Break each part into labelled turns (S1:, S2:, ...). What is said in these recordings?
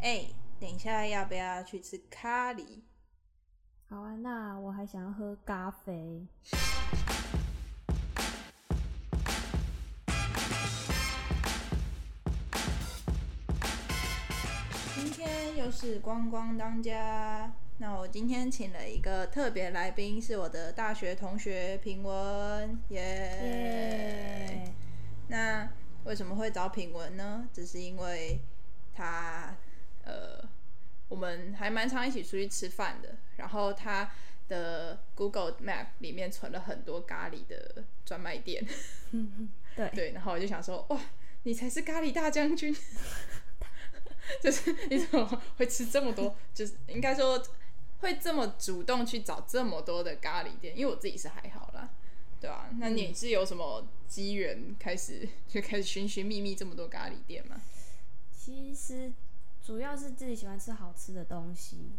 S1: 哎、等一下要不要去吃咖喱？
S2: 好啊，那我还想要喝咖啡。
S1: 今天又是光光当家。那我今天请了一个特别来宾，是我的大学同学品文，耶、
S2: 耶、
S1: 那为什么会找品文呢？只是因为他，呃，我们还蛮常一起出去吃饭的。然后他的 Google Map 里面存了很多咖喱的专卖店，
S2: 对
S1: 对，然后我就想说，哇，你才是咖喱大将军， 就是你怎么会吃这么多？就是应该说会这么主动去找这么多的咖喱店，因为我自己是还好啦，对吧、那
S2: 嗯
S1: 你是有什么机缘开始 就开始寻寻觅觅这么多咖喱店吗？
S2: 其实主要是自己喜欢吃好吃的东西，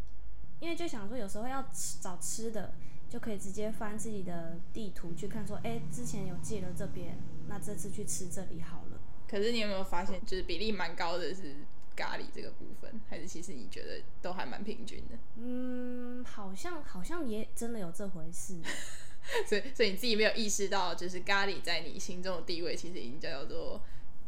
S2: 因为就想说有时候要吃找吃的，就可以直接翻自己的地图去看说，哎，之前有记了这边，那这次去吃这里好了。
S1: 可是你有没有发现，就是比例蛮高的是咖喱这个部分，还是其实你觉得都还蛮平均的？
S2: 嗯，好像好像也真的有这回事。
S1: 所以，所以你自己没有意识到，就是咖喱在你心中的地位，其实已经叫做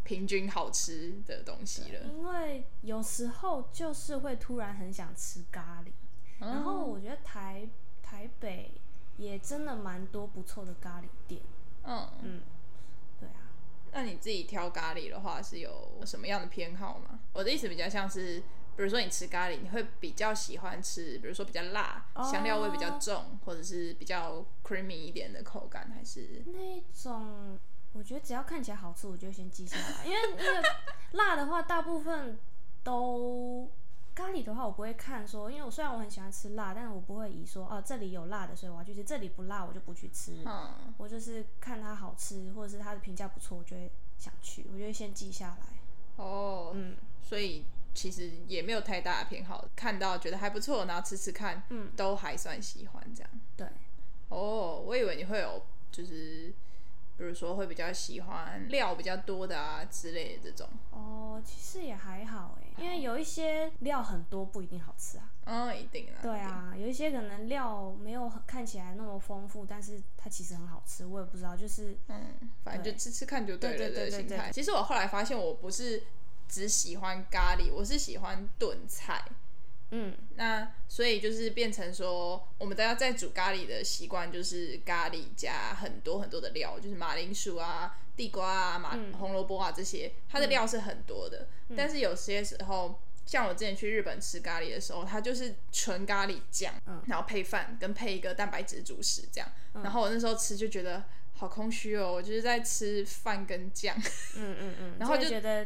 S1: 平均好吃的东西了。
S2: 因为有时候就是会突然很想吃咖喱，然后
S1: 嗯
S2: 我觉得台台北也真的蛮多不错的咖喱店，
S1: 嗯，
S2: 嗯，对啊，
S1: 那你自己挑咖喱的话，是有什么样的偏好吗？我的意思比较像是，比如说你吃咖喱，你会比较喜欢吃，比如说比较辣，
S2: 哦
S1: 香料味比较重，或者是比较 creamy 一点的口感，还是
S2: 那种我觉得只要看起来好吃，我就先记下来，因为 因为辣的话大部分都。咖喱的话，我不会看说，因为我虽然我很喜欢吃辣，但是我不会以说哦这里有辣的，所以我要去吃；这里不辣，我就不去吃。
S1: 嗯，
S2: 我就是看它好吃，或者是它的评价不错，我就会想去，我就会先记下来。
S1: 哦，
S2: 嗯，
S1: 所以其实也没有太大的偏好，看到觉得还不错，然后吃吃看，
S2: 嗯，
S1: 都还算喜欢这样。
S2: 对，
S1: 哦，我以为你会有，就是比如说会比较喜欢料比较多的啊之类的这种。
S2: 哦，其实也还好哎，因为有一些料很多不一定好吃啊。
S1: 嗯，一定啦。
S2: 对
S1: 一定，
S2: 啊，有一些可能料没有很看起来那么丰富，但是它其实很好吃，我也不知道，就是
S1: 嗯，反正就吃吃看就对了
S2: 对
S1: 这
S2: 对
S1: 个
S2: 对对
S1: 心态。
S2: 对
S1: 其实我后来发现，我不是只喜欢咖喱，我是喜欢炖菜。
S2: 嗯，
S1: 那所以就是变成说，我们大家在煮咖喱的习惯就是咖喱加很多很多的料，就是马铃薯啊、地瓜啊、马、
S2: 嗯
S1: 红萝卜啊这些，它的料是很多的。但是有些时候，像我之前去日本吃咖喱的时候，它就是纯咖喱酱，
S2: 嗯
S1: 然后配饭跟配一个蛋白质主食这样。然后我那时候吃就觉得好空虚哦，我就是在吃饭跟酱，
S2: 嗯嗯嗯，
S1: 然后
S2: 就
S1: 就
S2: 会觉得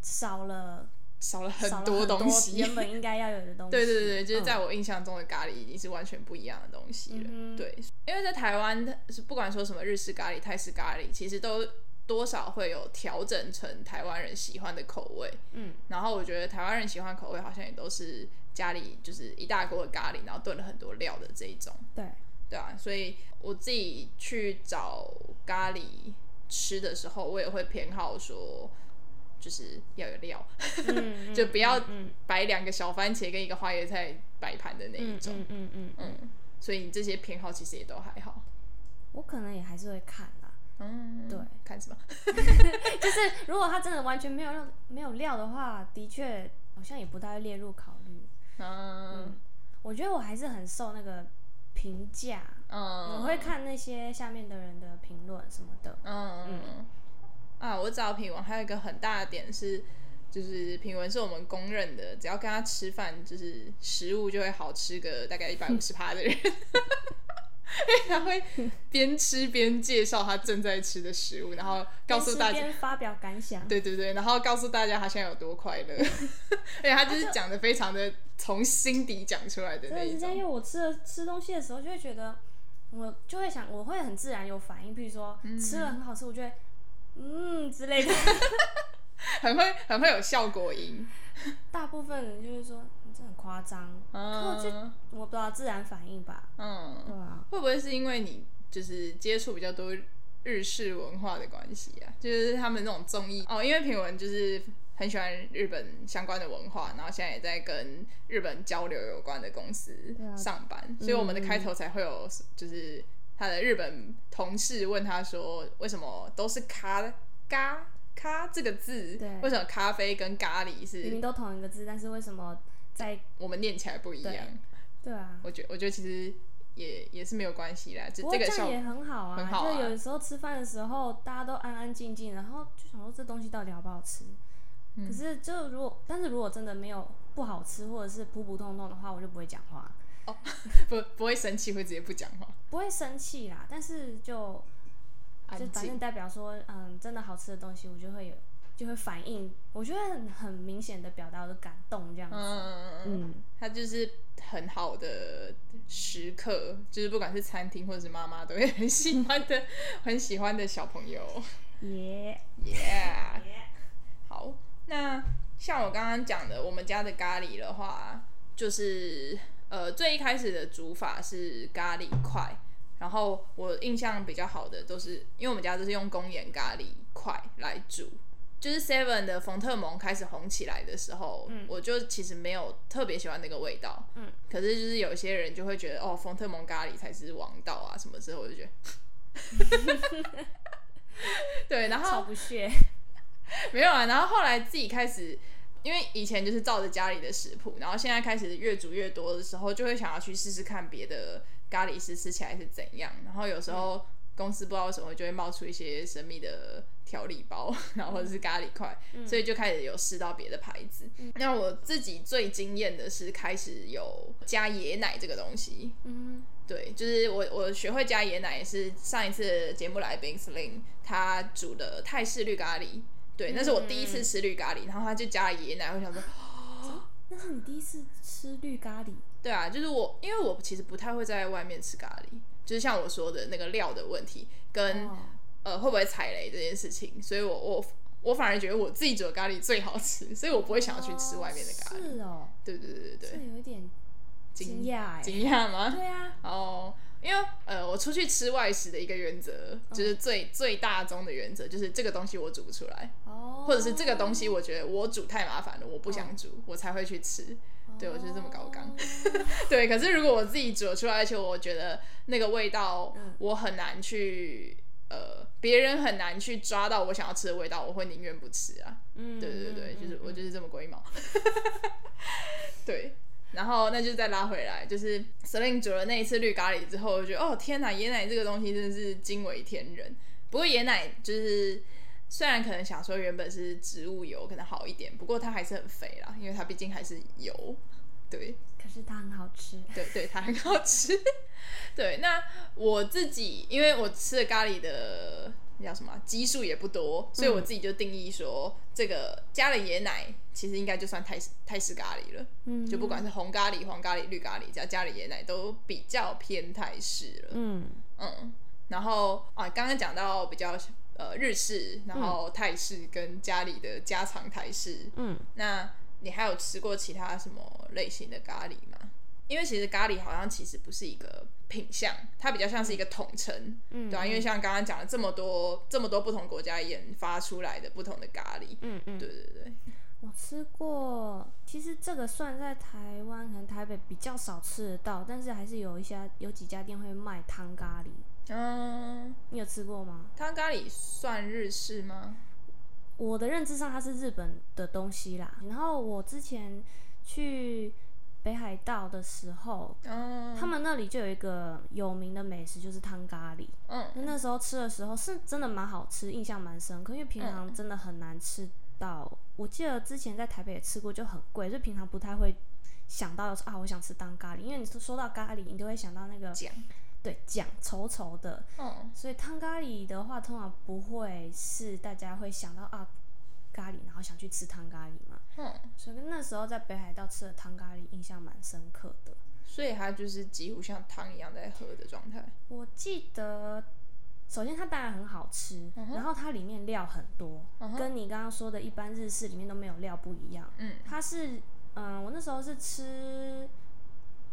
S2: 少了
S1: 少了
S2: 少
S1: 很
S2: 了
S1: 多东西。
S2: 原本应该要有的 东西。
S1: 对对对，就是
S2: 嗯
S1: 在我印象中的咖喱已经是完全不一样的东西了。
S2: 嗯哼
S1: 对，因为在台湾是不管说什么日式咖喱、泰式咖喱，其实都多少会有调整成台湾人喜欢的口味。
S2: 嗯，
S1: 然后我觉得台湾人喜欢口味好像也都是家里就是一大锅的咖喱，然后炖了很多料的这一种。
S2: 对，
S1: 对啊，所以我自己去找咖喱吃的时候，我也会偏好说，就是要有料，
S2: 嗯，嗯
S1: 就不要
S2: 嗯
S1: 摆两个小番茄跟一个花椰菜摆盘的那一
S2: 嗯
S1: 种。
S2: 嗯嗯嗯嗯，
S1: 嗯，所以你这些偏好其实也都还好。
S2: 我可能也还是会看啦。
S1: 嗯，
S2: 对，
S1: 看什么？
S2: 就是如果它真的完全没有料没有料的话，的确好像也不大会列入考虑。
S1: 嗯
S2: 我觉得我还是很受那个评价，
S1: 嗯，
S2: 我会看那些下面的人的评论什么的。
S1: 嗯嗯啊，我找品文还有一个很大的点是，就是品文是我们公认的，只要跟他吃饭，就是食物就会好吃个大概一百五十趴的人。 因为他会边吃边介绍他正在吃的食物，然后告诉大
S2: 边
S1: 家
S2: 吃，边发表感想，
S1: 对对对，然后告诉大家他现在有多快乐，而且他就是讲的非常的从心底讲出来的
S2: 真
S1: 那
S2: 的
S1: 一
S2: 是这样，
S1: 种。
S2: 因为我吃了吃东西的时候就会觉得，我就会想，我会很自然有反应，比如说、
S1: 嗯
S2: 吃了很好吃，我就会嗯之 类的。
S1: 很会很会有效果音。
S2: 大部分人就是说你这很夸张，可我就
S1: 嗯
S2: 我不知道自然反应吧，对
S1: 嗯，
S2: 啊。
S1: 会不会是因为你就是接触比较多日式文化的关系啊？就是他们那种综艺哦，因为品文就是很喜欢日本相关的文化，然后现在也在跟日本交流有关的公司
S2: 对啊
S1: 上班，所以我们的开头才会有就是他的日本同事问他说，为什么都是咖咖咖这个字
S2: 对，
S1: 为什么咖啡跟咖喱
S2: 明明
S1: 是
S2: 都同一个字，但是为什么在
S1: 我们念起来不一
S2: 对
S1: 样？
S2: 对啊？
S1: 我觉我觉得其实也也是没有关系啦，这
S2: 不过
S1: 这
S2: 这
S1: 个
S2: 样
S1: 效
S2: 也很好啊，
S1: 很好啊
S2: 就有的时候吃饭的时候大家都安安静静，然后就想说这东西到底好不好吃。
S1: 嗯
S2: 可是就如果，但是如果真的没有不好吃或者是普普通通的话，我就不会讲话，
S1: 不不会生气，会直接不讲话，
S2: 不会生气啦。但是就就
S1: 安
S2: 反正
S1: 静。
S2: 代表说，嗯，真的好吃的东西，我就会有就会反应，我觉得很很明显的表达我的感动这样子。
S1: 嗯，
S2: 嗯，
S1: 他就是很好的时刻，就是不管是餐厅或者是妈妈都会很喜欢的，很喜欢的小朋友。
S2: 嗯耶、
S1: Yeah，好，那像我刚刚讲的，我们家的咖喱的话，就是呃最一开始的煮法是咖喱块，然后我印象比较好的都是，因为我们家都是用公盐咖喱块来煮。就是 Seven 的冯特蒙开始红起来的时候，
S2: 嗯
S1: 我就其实没有特别喜欢那个味道，
S2: 嗯，
S1: 可是就是有些人就会觉得哦，冯特蒙咖喱才是王道啊什么之后，我就觉得， 对，然后
S2: 超不屑。
S1: 没有啊，然后后来自己开始，因为以前就是照着家里的食谱，然后现在开始越煮越多的时候，就会想要去试试看别的咖喱是吃起来是怎样。然后有时候公司不知道为什么就会冒出一些神秘的调理包，然后或者是咖喱块，
S2: 嗯
S1: 所以就开始有试到别的牌子。那我自己最惊艳的是开始有加椰奶这个东西，
S2: 嗯，
S1: 对，就是我我学会加椰奶也是上一次节目来宾 Sling 他煮的泰式绿咖喱，对，那是我第一
S2: 嗯
S1: 次吃绿咖喱，然后他就加了椰奶，我想说，
S2: 那是你第一次吃绿咖喱，
S1: 对啊，就是我因为我其实不太会在外面吃咖喱，就是像我说的那个料的问题跟、
S2: 哦
S1: 呃会不会踩雷这件事情，所以我我我反而觉得我自己煮的咖喱最好吃，所以我不会想要去吃外面的咖喱，
S2: 是哦，
S1: 对对对对
S2: 这
S1: 对，
S2: 有一点惊讶哎。
S1: 惊讶吗？
S2: 对啊，
S1: 哦，因为呃，我出去吃外食的一个原
S2: 嗯
S1: 则，就是最、最大宗的原则，就是这个东西我煮不出来，
S2: 哦，嗯
S1: 或者是这个东西我觉得我煮太麻烦了，我不想煮，我才会去吃。 对我就是这么高纲
S2: 哦
S1: 对，可是如果我自己煮出来，而且我觉得那个味道
S2: 嗯，
S1: 我很难去。呃，别人很难去抓到我想要吃的味道，我会宁愿不吃啊。
S2: 嗯，
S1: 对对对，
S2: 嗯
S1: 就是我
S2: 嗯
S1: 就是这么龟毛。 对，然后那就再拉回来，就是 Celine 煮了那一次绿咖喱之后，我就觉得哦天哪，椰奶这个东西真的是惊为天人。不过椰奶就是虽然可能想说原本是植物油可能好一点，不过它还是很肥啦，因为它毕竟还是油。对，
S2: 可是它很好吃，
S1: 对对，它很好吃。 对，那我自己因为我吃的咖喱的那叫什么啊基数也不多，所以我自己就定义说，这个加了椰奶，其实应该就算泰式泰式咖喱了。
S2: 嗯，
S1: 就不管是红咖喱、黄咖喱、绿咖喱，只要加了椰奶，都比较偏泰式了。
S2: 嗯，
S1: 嗯，然后啊，刚刚讲到比较呃日式，然后泰式跟家里的家常台式，
S2: 嗯
S1: 那你还有吃过其他什么类型的咖喱吗？因为其实咖喱好像其实不是一个品相，它比较像是一个统称，
S2: 嗯，
S1: 对啊，因为像刚刚讲了这么多这么多不同国家研发出来的不同的咖喱，
S2: 嗯嗯，
S1: 对对对，
S2: 我吃过，其实这个算在台湾，可能台北比较少吃得到，但是还是有一家有几家店会卖汤咖喱，
S1: 嗯，
S2: 你有吃过吗？
S1: 汤咖喱算日式吗？
S2: 我的认知上它是日本的东西啦。然后我之前去北海道的时候，
S1: 嗯，
S2: 他们那里就有一个有名的美食，就是汤咖喱。
S1: 嗯
S2: 那那时候吃的时候是真的蛮好吃，印象蛮深刻，因为平常真的很难吃到。我记得之前在台北也吃过，就很贵，就平常不太会想到说啊，我想吃当咖喱，因为你说到咖喱，你都会想到那个
S1: 酱，
S2: 对酱稠稠的，
S1: 嗯
S2: 所以汤咖喱的话，通常不会是大家会想到啊咖喱，然后想去吃汤咖喱嘛。
S1: 嗯，
S2: 所以那时候在北海道吃的汤咖喱印象蛮深刻的。
S1: 所以它就是几乎像汤一样在喝的状态，
S2: 我记得，首先它当然很好吃，然后它里面料很多，
S1: 嗯哼
S2: 跟你刚刚说的一般日式里面都没有料不一样。
S1: 嗯
S2: 它是，嗯、我那时候是吃，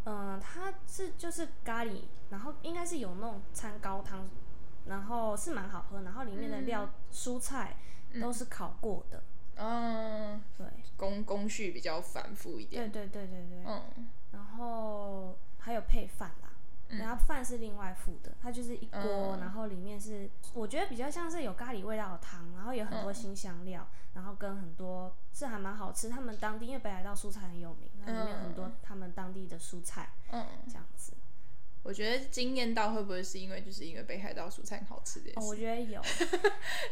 S2: 嗯、它是就是咖喱，然后应该是有那种餐高汤，然后是蛮好喝，然后里面的料、蔬菜都是烤过的，
S1: 嗯，
S2: 对，
S1: 工工序比较繁复一点。
S2: 对对对对对，
S1: 嗯
S2: 然后还有配饭啦。然后饭是另外附的，它就是一锅，
S1: 嗯
S2: 然后里面是我觉得比较像是有咖喱味道的汤，然后有很多新香料，
S1: 嗯
S2: 然后跟很多是还蛮好吃。他们当地因为北海道蔬菜很有名，它里面有很多他们当地的蔬菜
S1: 嗯，
S2: 这样子。
S1: 我觉得惊艳到会不会是因为就是因为北海道蔬菜很好吃这件
S2: 哦，
S1: 事？
S2: 我觉得 有，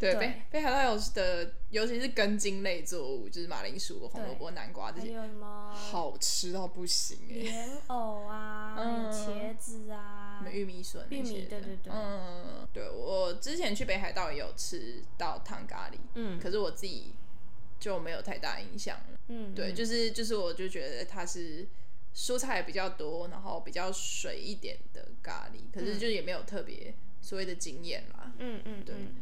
S1: 对，
S2: 对
S1: 北北海道有的尤其是根茎类作物，就是马铃薯、红萝卜、南瓜这
S2: 还
S1: 些，
S2: 有什么
S1: 好吃到不行哎、
S2: 莲藕啊，
S1: 嗯
S2: 有茄子啊
S1: 什么，玉米笋那
S2: 玉米
S1: 些的，
S2: 对对对
S1: 嗯，对我之前去北海道也有吃到汤咖喱，
S2: 嗯
S1: 可是我自己就没有太大印象了。
S2: 嗯，
S1: 对，
S2: 嗯
S1: 就是就是，我就觉得它是蔬菜比较多，然后比较水一点的咖喱，可是就也没有特别所谓的经验啦。
S2: 嗯嗯
S1: 对
S2: 嗯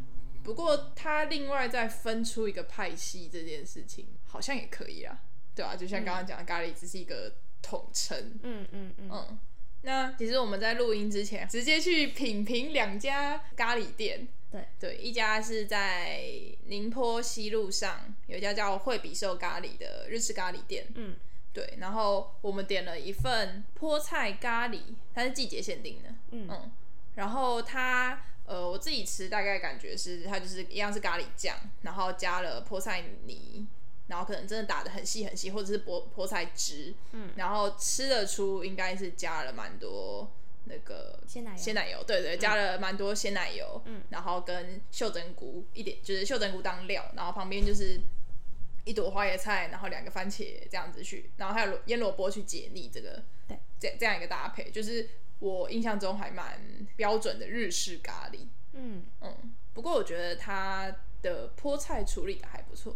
S1: 不过它另外再分出一个派系这件事情，好像也可以啦，对啊吧、就像刚刚讲的，咖喱只是一个统称。
S2: 嗯嗯嗯，
S1: 嗯，那其实我们在录音之前，直接去品评两家咖喱店。
S2: 对
S1: 对，一家是在宁波西路上有一家叫惠比寿咖喱的日式咖喱店，
S2: 嗯
S1: 对，然后我们点了一份菠菜咖喱，它是季节限定的，
S2: 嗯
S1: 嗯，然后它呃我自己吃大概感觉是它就是一样是咖喱酱，然后加了菠菜泥，然后可能真的打的很细很细，或者是菠菠菜汁，
S2: 嗯，
S1: 然后吃得出应该是加了蛮多那个
S2: 鲜奶油
S1: 鲜奶油，对对，加了蛮多鲜奶油，
S2: 嗯，
S1: 然后跟袖珍菇一点，就是袖珍菇当料，然后旁边就是一朵花椰菜，然后两个番茄这样子去，然后还有萝腌萝卜去解腻，这个
S2: 对
S1: 这这样一个搭配，就是我印象中还蛮标准的日式咖喱，
S2: 嗯
S1: 嗯，不过我觉得它的菠菜处理的还不错，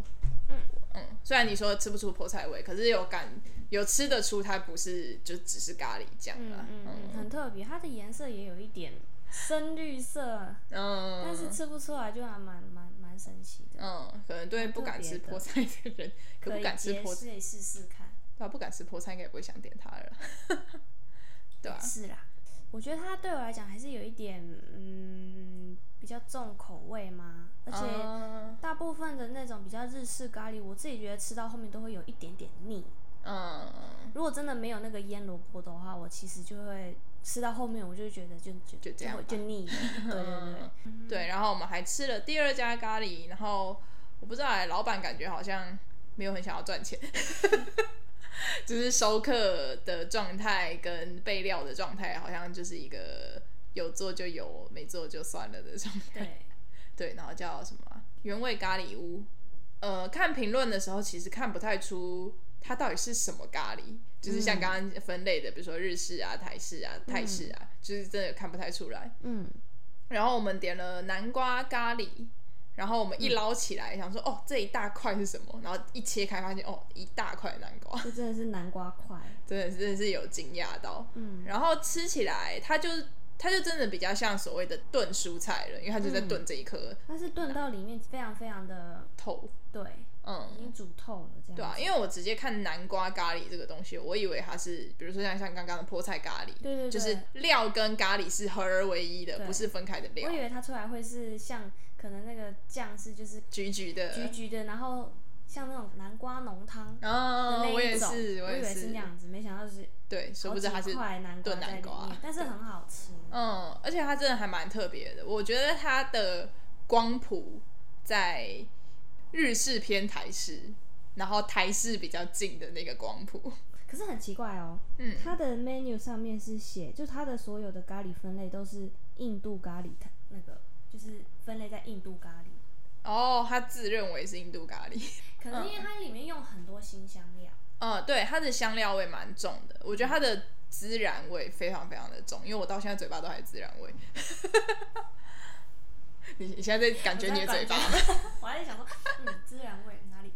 S2: 嗯
S1: 嗯，虽然你说吃不出菠菜味，可是有感有吃得出它不是就只是咖喱酱啊啦
S2: 嗯，嗯嗯，很特别，它的颜色也有一点深绿色，
S1: 嗯
S2: 但是吃不出来就还蛮蛮蛮神奇的。
S1: 嗯，可能对不敢吃菠菜的人， 可
S2: 可
S1: 不
S2: 以
S1: 敢吃
S2: 也
S1: 菠菜，
S2: 是可以试试看。
S1: 对啊，不敢吃菠菜应该也不会想点它了。 对啊，
S2: 是啦，我觉得它对我来讲还是有一点嗯比较重口味嘛，而且
S1: 嗯
S2: 大部分的那种比较日式咖喱，我自己觉得吃到后面都会有一点点腻。
S1: 嗯，
S2: 如果真的没有那个腌萝卜的话，我其实就会吃到后面，我就觉得就就
S1: 就这样
S2: 会
S1: 吧
S2: 就腻了。对对对，
S1: 对，然后我们还吃了第二家咖喱，然后我不知道哎，老板感觉好像没有很想要赚钱， 就是收客的状态跟备料的状态，好像就是一个有做就有，没做就算了的状 态。
S2: 对，
S1: 对，然后叫什么啊原味咖喱屋。呃，看评论的时候其实看不太出它到底是什么咖喱，就是像刚刚分类的，比如说日式啊、台式啊、泰式啊，就是真的看不太出来。
S2: 嗯
S1: 然后我们点了南瓜咖喱，然后我们一捞起来、想说哦这一大块是什么，然后一切开发现哦一大块南瓜，
S2: 这真的是南瓜块。
S1: 真的是真的是有惊讶到。
S2: 嗯
S1: 然后吃起来它就它就真的比较像所谓的炖蔬菜了，因为它就在炖这一颗
S2: 它是炖到里面非常非常的
S1: 头，
S2: 对，
S1: 嗯
S2: 已经煮透了这样。
S1: 对啊，因为我直接看南瓜咖喱这个东西，我以为它是，比如说像像刚刚的菠菜咖喱，
S2: 对对对
S1: 就是料跟咖喱是合而为一的，
S2: 对
S1: 不是分开的料
S2: 我，以为它出来会是像可能那个酱是就是
S1: 橘橘的，
S2: 橘橘的，然后像那种南瓜浓汤的
S1: 哦
S2: 那，
S1: 我也
S2: 一种，
S1: 是，
S2: 我以
S1: 也
S2: 为
S1: 是
S2: 那，样子，没想到是
S1: 对，殊
S2: 好
S1: 不
S2: 几
S1: 知它是，
S2: 块南瓜
S1: 炖
S2: 在
S1: 南
S2: 里
S1: 瓜啊
S2: 面，但是很好吃。
S1: 嗯，而且它真的还蛮特别的，我觉得它的光谱在日式偏台式，然后台式比较近的那个光谱，
S2: 可是很奇怪哦，
S1: 嗯
S2: 它的 menu 上面是写，就它的所有的咖喱分类都是印度咖喱，它那个就是分类在印度咖喱。
S1: 哦，他自认为是印度咖喱。
S2: 可能因为它里面用很多新香料，
S1: 嗯，对，它的香料味蛮重的，我觉得它的孜然味非常非常的重，因为我到现在嘴巴都还孜然味。 你你现在在感觉嗯你的嘴巴？
S2: 我还在想说，嗯，孜然味哪里？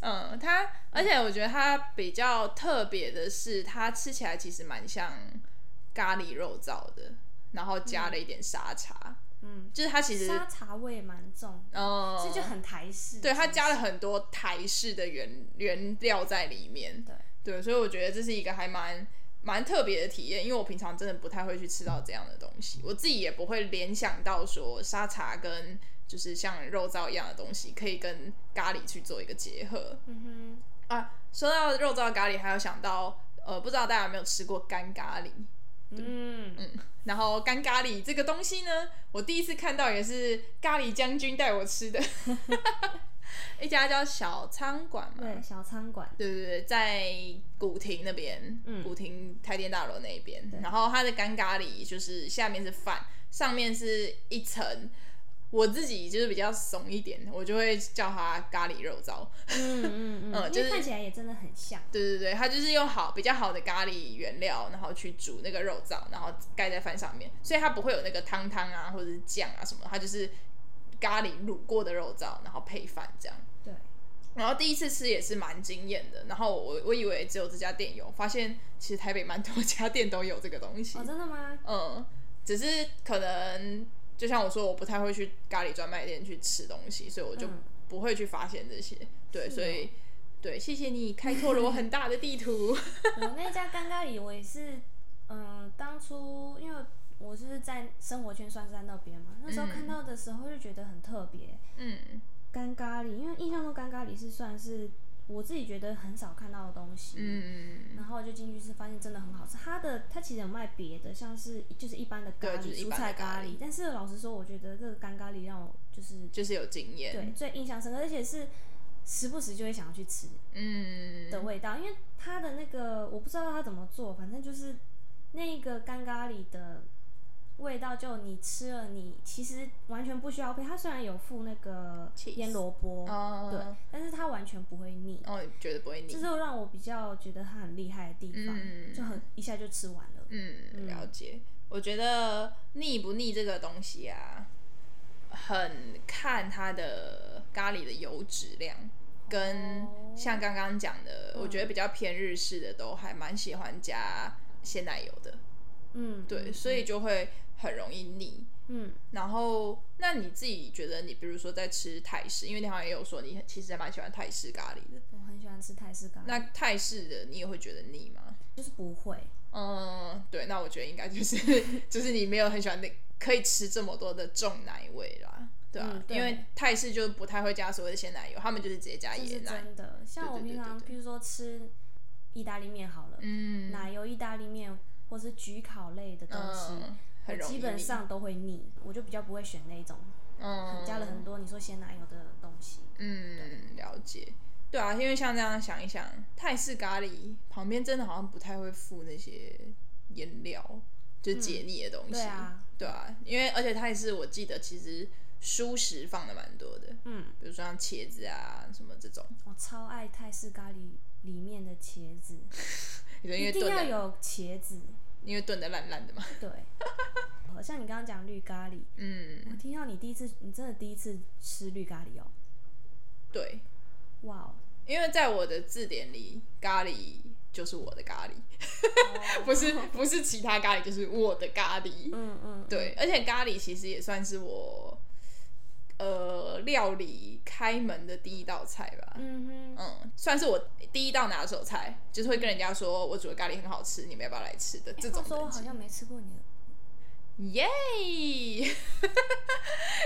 S1: 嗯，它而且我觉得它比较特别的是，它吃起来其实蛮像咖喱肉燥的，然后加了一点沙茶，
S2: 嗯，
S1: 就是它其实
S2: 沙茶味蛮重的，
S1: 嗯，
S2: 这就很台式。
S1: 对它
S2: 是不是
S1: 加了很多台式的原原料在里面。
S2: 对
S1: 对，所以我觉得这是一个还蛮蛮特别的体验，因为我平常真的不太会去吃到这样的东西，我自己也不会联想到说沙茶跟就是像肉燥一样的东西，可以跟咖喱去做一个结合
S2: 嗯
S1: 啊。说到肉燥咖喱，还有想到呃，不知道大家有没有吃过干咖喱？
S2: 哼，嗯，
S1: 嗯，然后干咖喱这个东西呢，我第一次看到也是咖喱将军带我吃 的，一家叫小餐馆嘛，
S2: 对，小餐馆，
S1: 对对对，在古亭那边，
S2: 嗯
S1: 古亭开店大楼那一边
S2: 对。
S1: 然后它的干咖喱就是下面是饭，上面是一层。我自己就是比较怂一点，我就会叫它咖喱肉燥。
S2: 嗯 嗯嗯，
S1: 嗯就
S2: 因
S1: 是
S2: 为看起来也真的很像，
S1: 对对对，它就是用好比较好的咖喱原料，然后去煮那个肉燥，然后盖在饭上面，所以它不会有那个汤汤啊或者是酱啊什么的，它就是咖喱卤过的肉燥，然后配饭这样。
S2: 对，
S1: 然后第一次吃也是蛮惊艳的，然后我我以为只有这家店有，发现其实台北蛮多家店都有这个东西
S2: 哦，。真的吗？
S1: 嗯，只是可能就像我说，我不太会去咖喱专卖店去吃东西，所以我就
S2: 嗯
S1: 不会去发现这些。对，
S2: 是
S1: 所
S2: 哦
S1: 以对，谢谢你开拓了我很大的地 图。
S2: 我那家干咖喱，我也是，嗯，当初因为我是在生活圈算是在那边嘛，那时候看到的时候就觉得很特别，
S1: 嗯
S2: 干咖喱，因为印象中干咖喱是算是我自己觉得很少看到的东西，
S1: 嗯，
S2: 然后就进去吃，发现真的很好吃。它的它其实有卖别的，像是就是一般的咖
S1: 对
S2: 喱、
S1: 就是一
S2: 蔬
S1: 般的
S2: 菜
S1: 咖
S2: 喱
S1: 喱，
S2: 但是老实说，我觉得这个干咖喱让我就是
S1: 就是有经验。
S2: 对，最印象深刻，而且是时不时就会想要去吃
S1: 嗯，
S2: 的味道，因为它的那个我不知道它怎么做，反正就是那个干咖喱的味道，就你吃了你其实完全不需要配，它虽然有附那个
S1: Cheese
S2: 腌萝卜，
S1: 哦，
S2: 对，但是它完全不会腻。
S1: 哦，绝对不会腻
S2: 这。是让我比较觉得它很厉害的地方，
S1: 嗯
S2: 就很一下就吃完了。
S1: 嗯，了解。我觉得腻不腻这个东西啊，很看它的咖喱的油脂量，跟
S2: 哦
S1: 像刚刚讲的，我觉得
S2: 嗯
S1: 比较偏日式的都还蛮喜欢加鲜奶油的，
S2: 嗯，
S1: 对，
S2: 嗯
S1: 所以就会很容易腻。
S2: 嗯，
S1: 然后，那你自己觉得你，比如说在吃泰式，因为你好像也有说你其实还蛮喜欢泰式咖喱的，
S2: 我很喜欢吃泰式咖喱，
S1: 那泰式的你也会觉得腻吗？
S2: 就是不会。
S1: 嗯，对，那我觉得应该就是 就是你没有很喜欢那可以吃这么多的重奶味啦，对啊，
S2: 嗯对
S1: 因为泰式就不太会加所谓的鲜奶油，他们就是直接加
S2: 这
S1: 椰
S2: 是
S1: 奶。
S2: 真的。像
S1: 对
S2: 我
S1: 对
S2: 平
S1: 对
S2: 常，
S1: 对对
S2: 譬如说吃意大利面好了，
S1: 嗯
S2: 奶油意大利面或是焗烤类的东西，
S1: 嗯，很
S2: 我
S1: 容易
S2: 基
S1: 腻
S2: 本上都会腻，我就比较不会选那种
S1: 嗯
S2: 加了很多你说鲜奶油的东西。
S1: 嗯了解，对啊，因为像这样想一想，泰式咖喱旁边真的好像不太会附那些腌料，就是解腻的东西，
S2: 对啊，
S1: 对啊，因为而且泰式我记得其实蔬食放的蛮多的，
S2: 嗯，
S1: 比如说像茄子啊什么这种。
S2: 我超爱泰式咖喱里面的茄子，
S1: 你说因
S2: 一
S1: 为
S2: 定
S1: 炖
S2: 要
S1: 的，
S2: 有茄子。
S1: 因为炖的烂烂的嘛。
S2: 对， 好像你刚刚讲绿咖喱，
S1: 嗯，
S2: 我听到你第一次，你真的第一次吃绿咖喱哦，
S1: 对，
S2: 哇 哦！
S1: 因为在我的字典里，咖喱就是我的咖喱，不是不是其他咖喱，就是我的咖喱。
S2: 嗯嗯，
S1: 对，而且咖喱其实也算是我呃料理开门的第一道菜吧。
S2: 嗯哼，
S1: 嗯，算是我第一道拿手菜，就是会跟人家说我煮的咖喱很好吃，你们要不要来吃的这种
S2: 话欸说我
S1: 等
S2: 好
S1: 级。
S2: 像没吃过你的，
S1: 耶！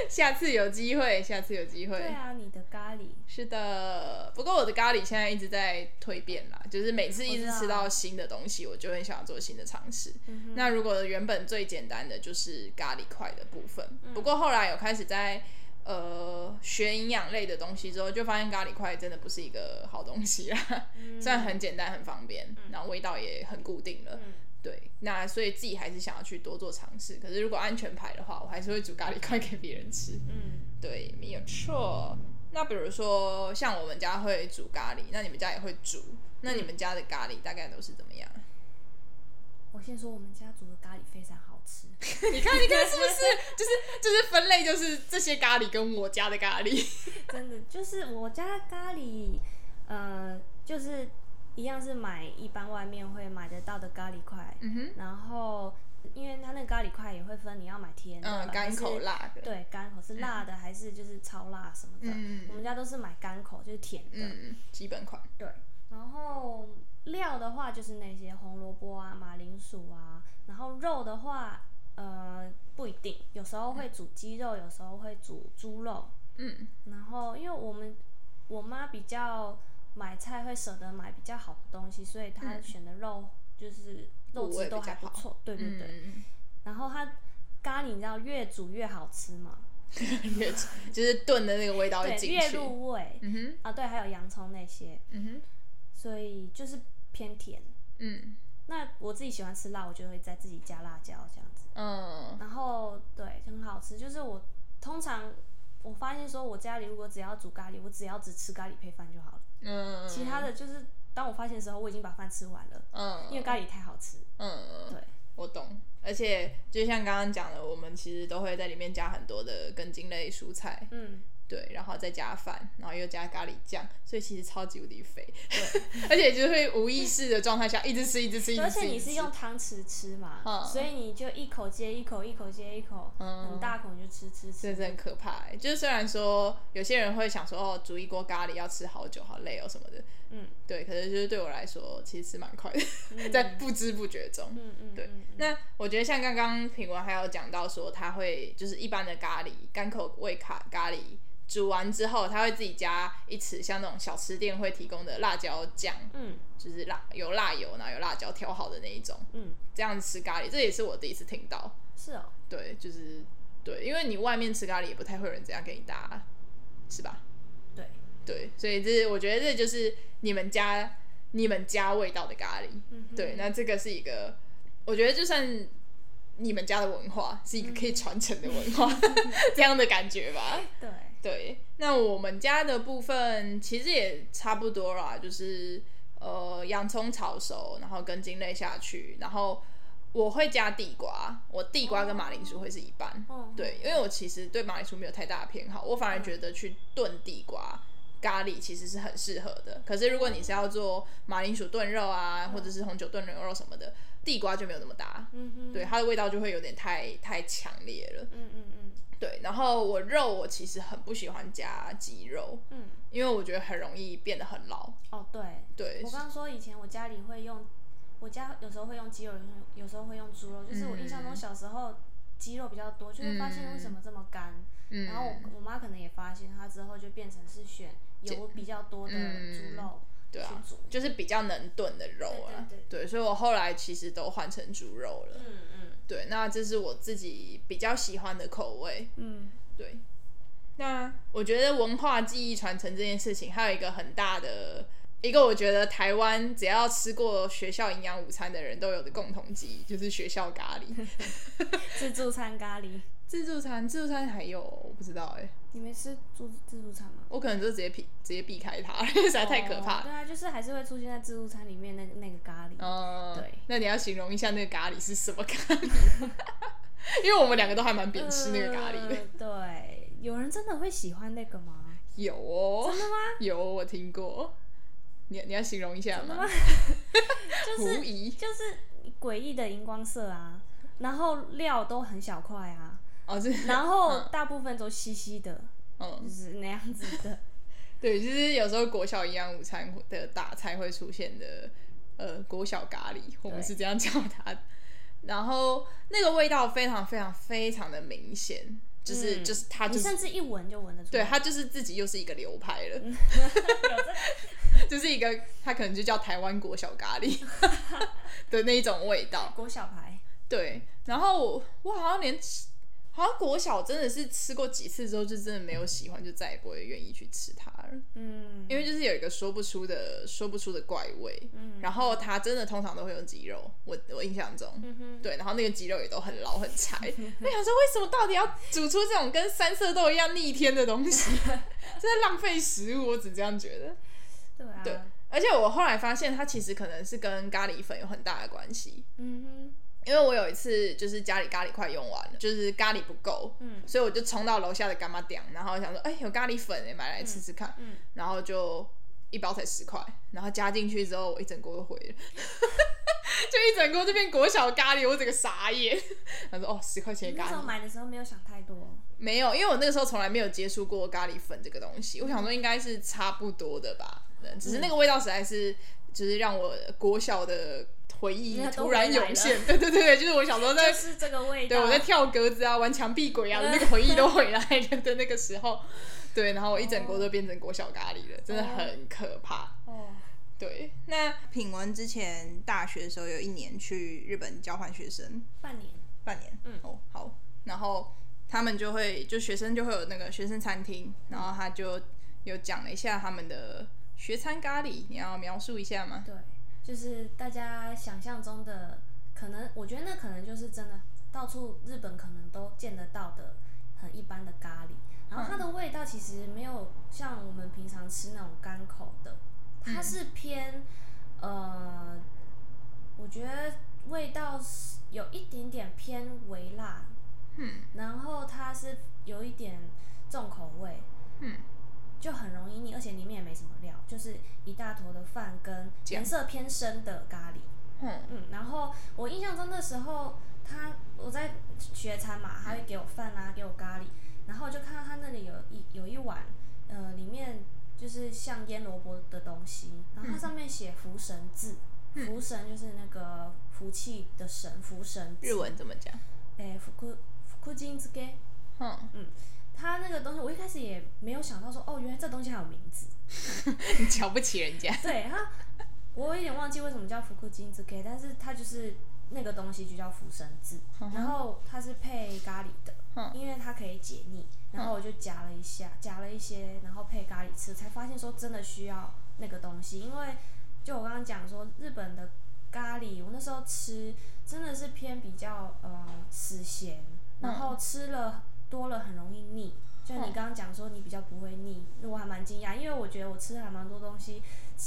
S1: 下次有机会，下次有机会。
S2: 对啊，你的咖喱，
S1: 是的，不过我的咖喱现在一直在蜕变啦，就是每次一直吃到新的东西，我就很想要做新的尝试。
S2: 嗯哼，
S1: 那如果原本最简单的就是咖喱块的部分，
S2: 嗯
S1: 不过后来有开始在呃学营养类的东西之后，就发现咖喱块真的不是一个好东西啦。
S2: 嗯
S1: 虽然很简单很方便，然后味道也很固定了，
S2: 嗯
S1: 对，那所以自己还是想要去多做尝试。可是如果安全牌的话，我还是会煮咖喱块给别人吃。
S2: 嗯，
S1: 对，没有错。那比如说，像我们家会煮咖喱，那你们家也会煮，那你们家的咖喱大概都是怎么样？
S2: 我先说我们家煮的咖喱非常好 吃，
S1: 你看，你看，是不是就是就是分类就是这些咖喱跟我家的咖喱？
S2: 真的就是我家咖喱，呃，就是一样是买一般外面会买得到的咖喱块，
S1: 嗯哼，
S2: 然后因为它那个咖喱块也会分你要买甜的，
S1: 嗯，
S2: 还
S1: 干
S2: 是
S1: 口辣的，
S2: 对，干口是辣的、还是就是超辣什么的？
S1: 嗯
S2: 我们家都是买干口，就是甜的。
S1: 嗯，基本款，
S2: 对，然后料的话就是那些红萝卜啊、马铃薯啊，然后肉的话呃不一定，有时候会煮鸡肉，有时候会煮猪肉，
S1: 嗯，
S2: 然后因为我们我妈比较买菜会舍得买比较好的东西，所以她选的肉就是肉
S1: 部位
S2: 质都
S1: 比较
S2: 还不
S1: 好
S2: 错，对对对。
S1: 嗯，
S2: 然后它咖喱你知道越煮越好吃嘛，
S1: 越就是炖的那个味道会
S2: 对，
S1: 进
S2: 越
S1: 哦去，
S2: 入味、
S1: 嗯哼，
S2: 啊，对，还有洋葱那些，
S1: 嗯哼，
S2: 所以就是偏甜。
S1: 嗯
S2: 那我自己喜欢吃辣，我就会在自己加辣椒这样子。
S1: 嗯
S2: 然后对，很好吃。就是我通常我发现说，我家里如果只要煮咖喱，我只要只吃咖喱配饭就好了。
S1: 嗯，
S2: 其他的就是当我发现的时候，我已经把饭吃完了，因
S1: 嗯
S2: 为咖喱太好吃。
S1: 嗯，
S2: 对，
S1: 我懂。而且就像刚刚讲的，我们其实都会在里面加很多的根茎类蔬菜，
S2: 嗯，
S1: 对，然后再加饭，然后又加咖喱酱，所以其实超级无敌肥， 而且就是会无意识的状态下一直吃，一直吃，一直吃。
S2: 而且
S1: 一
S2: 你
S1: 直
S2: 是
S1: 吃
S2: 用汤匙吃嘛，
S1: 嗯
S2: 所以你就一口接一口，一口接一口，
S1: 嗯
S2: 很大口你就吃吃
S1: 真
S2: 吃。
S1: 的是很可怕、欸。就是虽然说有些人会想说，哦，煮一锅咖喱要吃好久，好累哦什么的，
S2: 嗯
S1: 对。可是就是对我来说，其实是蛮快的，
S2: 嗯
S1: 在不知不觉中。
S2: 嗯嗯，
S1: 对
S2: 嗯，
S1: 那我觉得像刚刚品文还有讲到说，他会就是一般的咖喱干口味咖咖喱煮完之后，他会自己加一匙像那种小吃店会提供的辣椒酱，
S2: 嗯
S1: 就是辣有辣油，然后有辣椒调好的那一种，
S2: 嗯，
S1: 这样吃咖喱，这也是我第一次听到。
S2: 是哦，
S1: 对，就是对，因为你外面吃咖喱也不太会有人这样给你搭，是吧？
S2: 对，
S1: 对，所以这我觉得这就是你们家你们家味道的咖喱。
S2: 嗯哼
S1: 对，那这个是一个，我觉得就算你们家的文化是一个可以传承的文化，这样的感觉吧。
S2: 对，
S1: 对，那我们家的部分其实也差不多啦，就是呃洋葱炒熟，然后根茎类下去，然后我会加地瓜，我地瓜跟马铃薯会是一半。
S2: 嗯，
S1: 对，因为我其实对马铃薯没有太大的偏好，我反而觉得去炖地瓜咖喱其实是很适合的。可是如果你是要做马铃薯炖肉啊，或者是红酒炖牛肉什么的，地瓜就没有那么搭，
S2: 嗯哼，
S1: 对，它的味道就会有点太太强烈了。
S2: 嗯嗯嗯
S1: 对，然后我肉我其实很不喜欢加鸡肉，
S2: 嗯，
S1: 因为我觉得很容易变得很老。
S2: 哦对，
S1: 对
S2: 我，刚刚说以前我家里会用，我家有时候会用鸡肉，有时候有时候会用猪肉，就是我印象中
S1: 嗯
S2: 小时候鸡肉比较多，就会发现为什么这么干。
S1: 嗯，
S2: 然后我我妈可能也发现，她之后就变成是选油比较多的猪肉
S1: 对啊
S2: 去煮。
S1: 就是比较能炖的肉啊，
S2: 对对
S1: 对，所以我后来其实都换成猪肉了。
S2: 嗯嗯
S1: 对，那这是我自己比较喜欢的口味。
S2: 嗯
S1: 对，那我觉得文化记忆传承这件事情，还有一个很大的一个，我觉得台湾只要吃过学校营养午餐的人都有的共同记忆，就是学校咖喱
S2: 自助餐咖喱。
S1: 自助餐。自助餐还有我不知道哎、
S2: 你没吃自自助餐吗？
S1: 我可能就直接避直接避开它， 实在太可怕
S2: 哦
S1: 了。
S2: 对啊，就是还是会出现在自助餐里面那那个咖喱。
S1: 嗯，
S2: 对
S1: 那你要形容一下那个咖喱是什么咖喱？因为我们两个都还蛮
S2: 呃
S1: 鄙视那个咖喱的。
S2: 对，有人真的会喜欢那个吗？
S1: 有哦，真的吗？有，我听过。你你要形容一下吗？
S2: 就
S1: 狐
S2: 是
S1: 疑
S2: 就是诡异的荧光色啊，然后料都很小块啊，
S1: 哦，这
S2: 然后大部分都稀稀的，就
S1: 嗯，
S2: 是那样子的。
S1: 对，就是有时候国小营养午餐的大菜会出现的，呃，国小咖喱，我们
S2: 对
S1: 是这样叫它的。然后那个味道非常非常非常的明显， 就是、
S2: 嗯
S1: 就是它就
S2: 你
S1: 是
S2: 甚至一闻就闻得出
S1: 对
S2: 来。
S1: 它就是自己又是一个流派了，
S2: 嗯 有这个
S1: 就是一个它可能就叫台湾国小咖 喱的那一种味道。
S2: 国小牌，
S1: 对，然后我我好像连吃好像国小真的是吃过几次之后，就真的没有喜欢，就再也不会愿意去吃它了，
S2: 嗯，
S1: 因为就是有一个说不出的说不出的怪味。
S2: 嗯
S1: 然后它真的通常都会有鸡肉，我我印象中。
S2: 嗯哼，
S1: 对，然后那个鸡肉也都很老很 柴，我想说为什么到底要煮出这种跟三色豆一样逆天的东西， 真的浪费食物，我只这样觉得。
S2: 对啊，
S1: 对而且我后来发现，它其实可能是跟咖喱粉有很大的关系，
S2: 嗯
S1: 因为我有一次就是家里咖喱快用完了，就是咖喱不够，
S2: 嗯
S1: 所以我就冲到楼下的干妈店，然后想说，哎、有咖喱粉哎、买来吃吃看，
S2: 嗯
S1: 然后就一包才十块，然后加进去之后，我一整锅都毁了， 就一整锅这边国小咖喱，我整个傻眼， 他说哦，十块
S2: 哼，
S1: 钱的
S2: 那
S1: 咖
S2: 时候
S1: 喱
S2: 买的时候没有想太多，
S1: 没有，因为我那个时候从来没有接触
S2: 嗯
S1: 过咖喱粉这个东西，我想说应该是差不多的吧，只是那个味道实在是就是让我国小的回忆
S2: 那都
S1: 突然
S2: 回来
S1: 涌现。对对对对，就是我小时候在
S2: 就是这个味
S1: 对，
S2: 道。
S1: 我在跳格子啊，玩墙壁 鬼啊，那个回忆都回来了的那个时 候，对，然后我一整锅都变成国小咖喱了，真的很可怕。
S2: 哦，
S1: 对，那
S3: 品文之前大学的时候有一年去日本交换学生，
S2: 半年，
S3: 半年，
S2: 嗯
S3: 哦，好，
S1: 然后他们就会，就学生就会有那个学生餐厅，然后他就有讲了一下他们的学餐咖喱，你要描述一下吗？
S2: 对，就是大家想象中的，可能我觉得那可能就是真的，到处日本可能都见得到的很一般的咖喱，然后它的味道其实没有像我们平常吃那种干口的，它是偏、呃，我觉得味道是有一点点偏微辣，
S1: 嗯
S2: 然后它是有一点重口味，
S1: 嗯，
S2: 就很容易腻，而且里面也没什么料，就是一大坨的饭跟颜色偏深的咖喱。
S1: 嗯
S2: 嗯，然后我印象中那时候他我在学餐嘛，他会给我饭啊，给我咖喱，然后我就看到他那里有一有一碗，呃，里面就是像腌萝卜的东西，然后它上面写福神字，
S1: 嗯
S2: 福神就是那个福气的神，福神字
S1: 日，文怎么讲？
S2: 哎，福库福库金之给。
S1: 嗯，
S2: 他那个东西，我一开始也没有想到说，哦，原来这东西还有名字。
S1: 你瞧不起人家。
S2: 对他，我有点忘记为什么叫福库金之 K，但是它就是那个东西就叫福神字，然后它是配咖喱的，
S1: 嗯
S2: 因为它可以解腻，然后我就夹了一下，夹了一些，然后配咖喱吃，才发现说真的需要那个东西，因为就我刚刚讲说日本的咖喱，我那时候吃真的是偏比较呃死咸，然后吃了多了很容易腻。就你刚刚讲说你比较不会腻，我还蛮惊讶，因为我觉得我吃了还蛮多东西，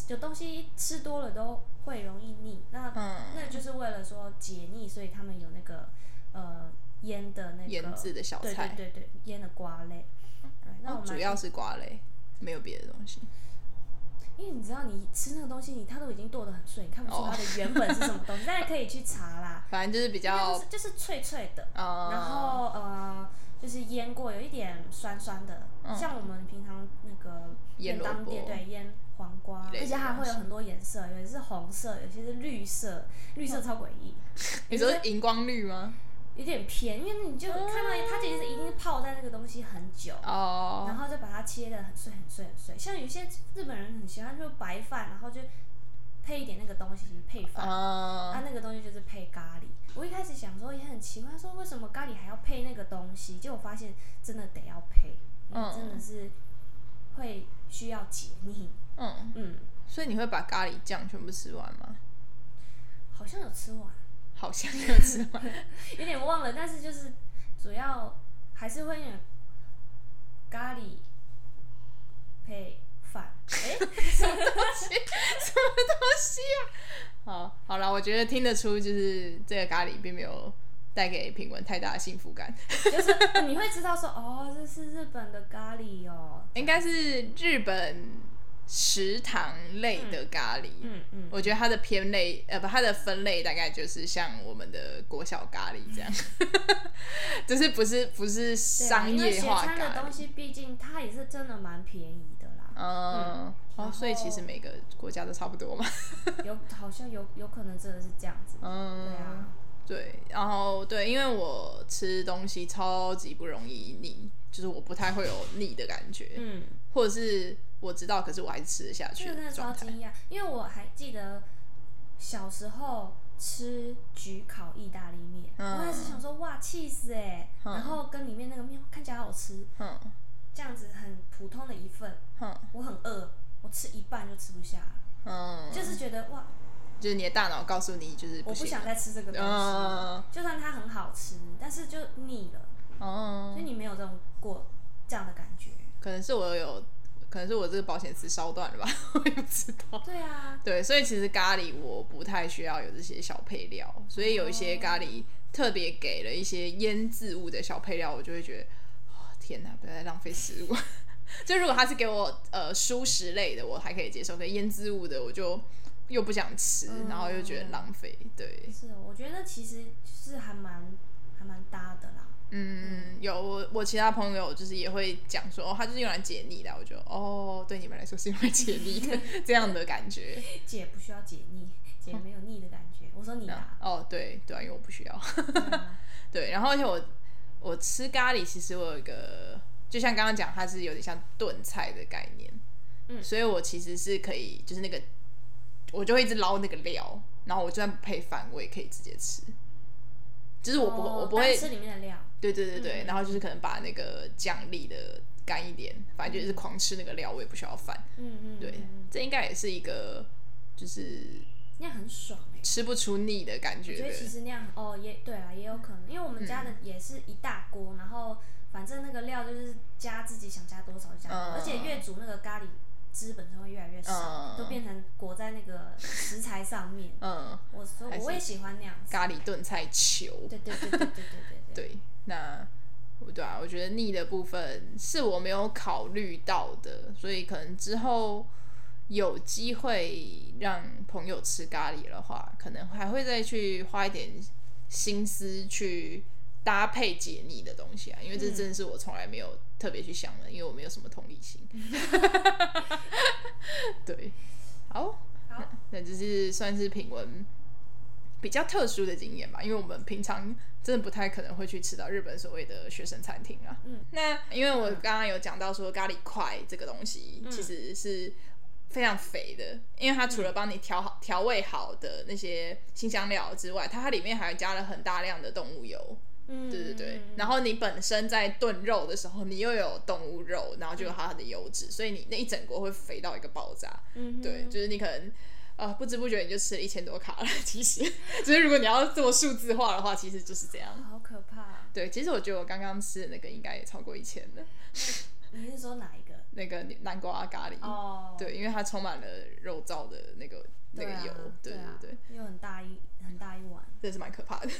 S2: 有东西吃多了都会容易腻。那、
S1: 嗯，
S2: 那就是为了说解腻，所以他们有那个呃腌的那个
S1: 腌制的小
S2: 对
S1: 菜哦
S2: 对对对，腌的瓜类。对那我蛮
S1: 主要是瓜类，没有别的东西。
S2: 因为你知道，你吃那个东西，你它都已经剁得很碎，你看不
S1: 哦
S2: 出它的原本是什么东 西。大家可以去查啦，
S1: 反正就是比较
S2: 就是就是脆脆的，
S1: 啊，
S2: 然后呃，就是腌过，有一点酸酸的，像我们平常那个
S1: 嗯腌
S2: 便
S1: 萝
S2: 当店
S1: 卜
S2: 对腌黄瓜，
S1: 类
S2: 而
S1: 的
S2: 且它
S1: 东
S2: 会有
S1: 西
S2: 很多颜色，有些是红色，有些是绿色，绿
S1: 嗯
S2: 色超诡异，
S1: 你说荧光绿吗？
S2: 有点偏，因为你就看到它其实已经泡在那个东西很久，然
S1: 哦，
S2: 后就把它切的很碎很碎很碎。像有些日本人很喜欢，就是白饭，然后就配一点那个东西配饭。它、
S1: 啊，
S2: 那个东西就是配咖喱。我一开始想说也很奇怪，说为什么咖喱还要配那个东西？结果发现真的得要配，因为
S1: 嗯
S2: 真的是会需要解腻。
S1: 嗯，
S2: 嗯，
S1: 所以你会把咖喱酱全部吃完吗？
S2: 好像有吃完，
S1: 好像有吃完。
S2: 有点忘了，但是就是主要还是会有咖喱配饭。 哎、
S1: 好，好了，我觉得听得出，就是这个咖喱并没有带给品文太大的幸福感，
S2: 就是你会知道说，哦，这是日本的咖喱哦。
S1: 应该是日本食堂类的咖喱。
S2: 嗯嗯，
S1: 我觉得它的偏类，呃，不，它的分类大概就是像我们的国小咖喱这样， 就是不是不是
S2: 对啊
S1: 商
S2: 因为
S1: 业
S2: 学
S1: 化
S2: 餐的
S1: 咖
S2: 东
S1: 喱。
S2: 西，毕竟它也是真的蛮便宜的 啦。
S1: 嗯，哦，所以其实每个国家都差不多嘛。
S2: 有好像有有可能真的是这样子。
S1: 嗯，
S2: 对啊，
S1: 对，然后对，因为我吃东西超级不容易腻，就是我不太会有腻的感觉，
S2: 嗯，
S1: 或者是我知道，可是我还是吃得下
S2: 这
S1: 去
S2: 个真
S1: 的
S2: 的超
S1: 状态。
S2: 惊讶，因为我还记得小时候吃焗烤意大利面，
S1: 嗯
S2: 我也是想说哇气死哎，
S1: 嗯
S2: 然后跟里面那个面看起来好吃，
S1: 嗯
S2: 这样子很普通的一份，
S1: 嗯
S2: 我很饿，我吃一半就吃不下了，
S1: 嗯，
S2: 就是觉得哇
S1: 就是你的大脑告诉你，就是
S2: 我不
S1: 行嗯
S2: 想
S1: 了。
S2: 再吃这个东西了，就算它很好吃，但是就腻了，
S1: 哦、
S2: 所以你没有这种过这样的感觉。
S1: 可能是我有，可能是我这个保险丝烧断了吧， 我也不知道。
S2: 对啊，
S1: 对，所以其实咖喱我不太需要有这些小配料，所以有一些咖喱特别给了一些腌制物的小配料，我就会觉得，哦、天哪，不要再浪费食物。 就如果它是给我呃蔬食类的，我还可以接受，可是腌制物的我就又不想吃，然后又觉得浪费。对，
S2: 是哦，我觉得其实是还蛮还还蛮搭的啦。
S1: 嗯，有我我其他朋友就是也会讲说，哦，它就是用来解腻的，我就哦，对你们来说是用来解腻的这样的感 觉。
S2: 姐不需要解腻，姐没有腻的感
S1: 嗯
S2: 觉。我说你 啦，
S1: 哦，对对啊、因为我不需要。
S2: 对啊
S1: 对，然后而且我我吃咖喱，其实我有一个，就像刚刚讲，它是有点像炖菜的概念，
S2: 嗯
S1: 所以我其实是可以，就是那个我就会一直捞那个料，然后我就算不配饭，我也可以直接吃，就是我不会、
S2: 哦
S1: 我不会
S2: 单吃里面的料，
S1: 对对对
S2: 嗯
S1: 对，然后就是可能把那个酱沥的干一点，反正就是狂吃那个料，我也不需要饭。
S2: 嗯嗯，
S1: 对，
S2: 嗯嗯
S1: 这应该也是一个就是
S2: 那样很爽哎、
S1: 吃不出腻的感
S2: 我
S1: 觉
S2: 觉得其
S1: 的。
S2: 实那样哦，也对啊，也有可能，因为我们家的
S1: 嗯
S2: 也是一大锅，然后反正那个料就是加自己想加多少就加多少，
S1: 嗯
S2: 而且越煮那个咖喱汁本身会越来越
S1: 嗯
S2: 少，都变成裹在那个食材上面。
S1: 嗯，
S2: 我所以
S1: 还是
S2: 我也喜欢那样子。
S1: 咖喱炖菜球。
S2: 对对对对对对对对。
S1: 对，那我对啊，我觉得腻的部分是我没有考虑到的，所以可能之后有机会让朋友吃咖喱的话，可能还会再去花一点心思去搭配解腻的东西啊，因为这真的是我从来没有特别去想的，因为我没有什么同理心。 对，好，
S2: 好，
S1: 那就是算是品文比较特殊的经验吧，因为我们平常真的不太可能会去吃到日本所谓的学生餐厅啊。
S2: 嗯，
S1: 那因为我刚刚有讲到说咖喱块这个东西
S2: 嗯
S1: 其实是非常肥的，因为它除了帮你调好调味好的那些新香料之外，它它里面还加了很大量的动物油。
S2: 嗯，
S1: 对对对，
S2: 嗯
S1: 然后你本身在炖肉的时候，你又有动物肉，然后就有它的油脂，所以你那一整锅会肥到一个爆炸。
S2: 嗯哼
S1: 对，就是你可能呃不知不觉你就吃了一千多卡了。其实， 就是如果你要做数字化的话，其实就是这样。
S2: 好可怕啊、
S1: 对，其实我觉得我刚刚吃的那个应该也超过一千了，
S2: 你是说哪一个？
S1: 那个南瓜咖喱。
S2: 哦，
S1: 对，因为它充满了肉燥的那个那
S2: 对
S1: 个
S2: 啊，
S1: 油，对
S2: 啊
S1: 对对，，
S2: 又很大一很大一碗，
S1: 真的是蛮可怕的。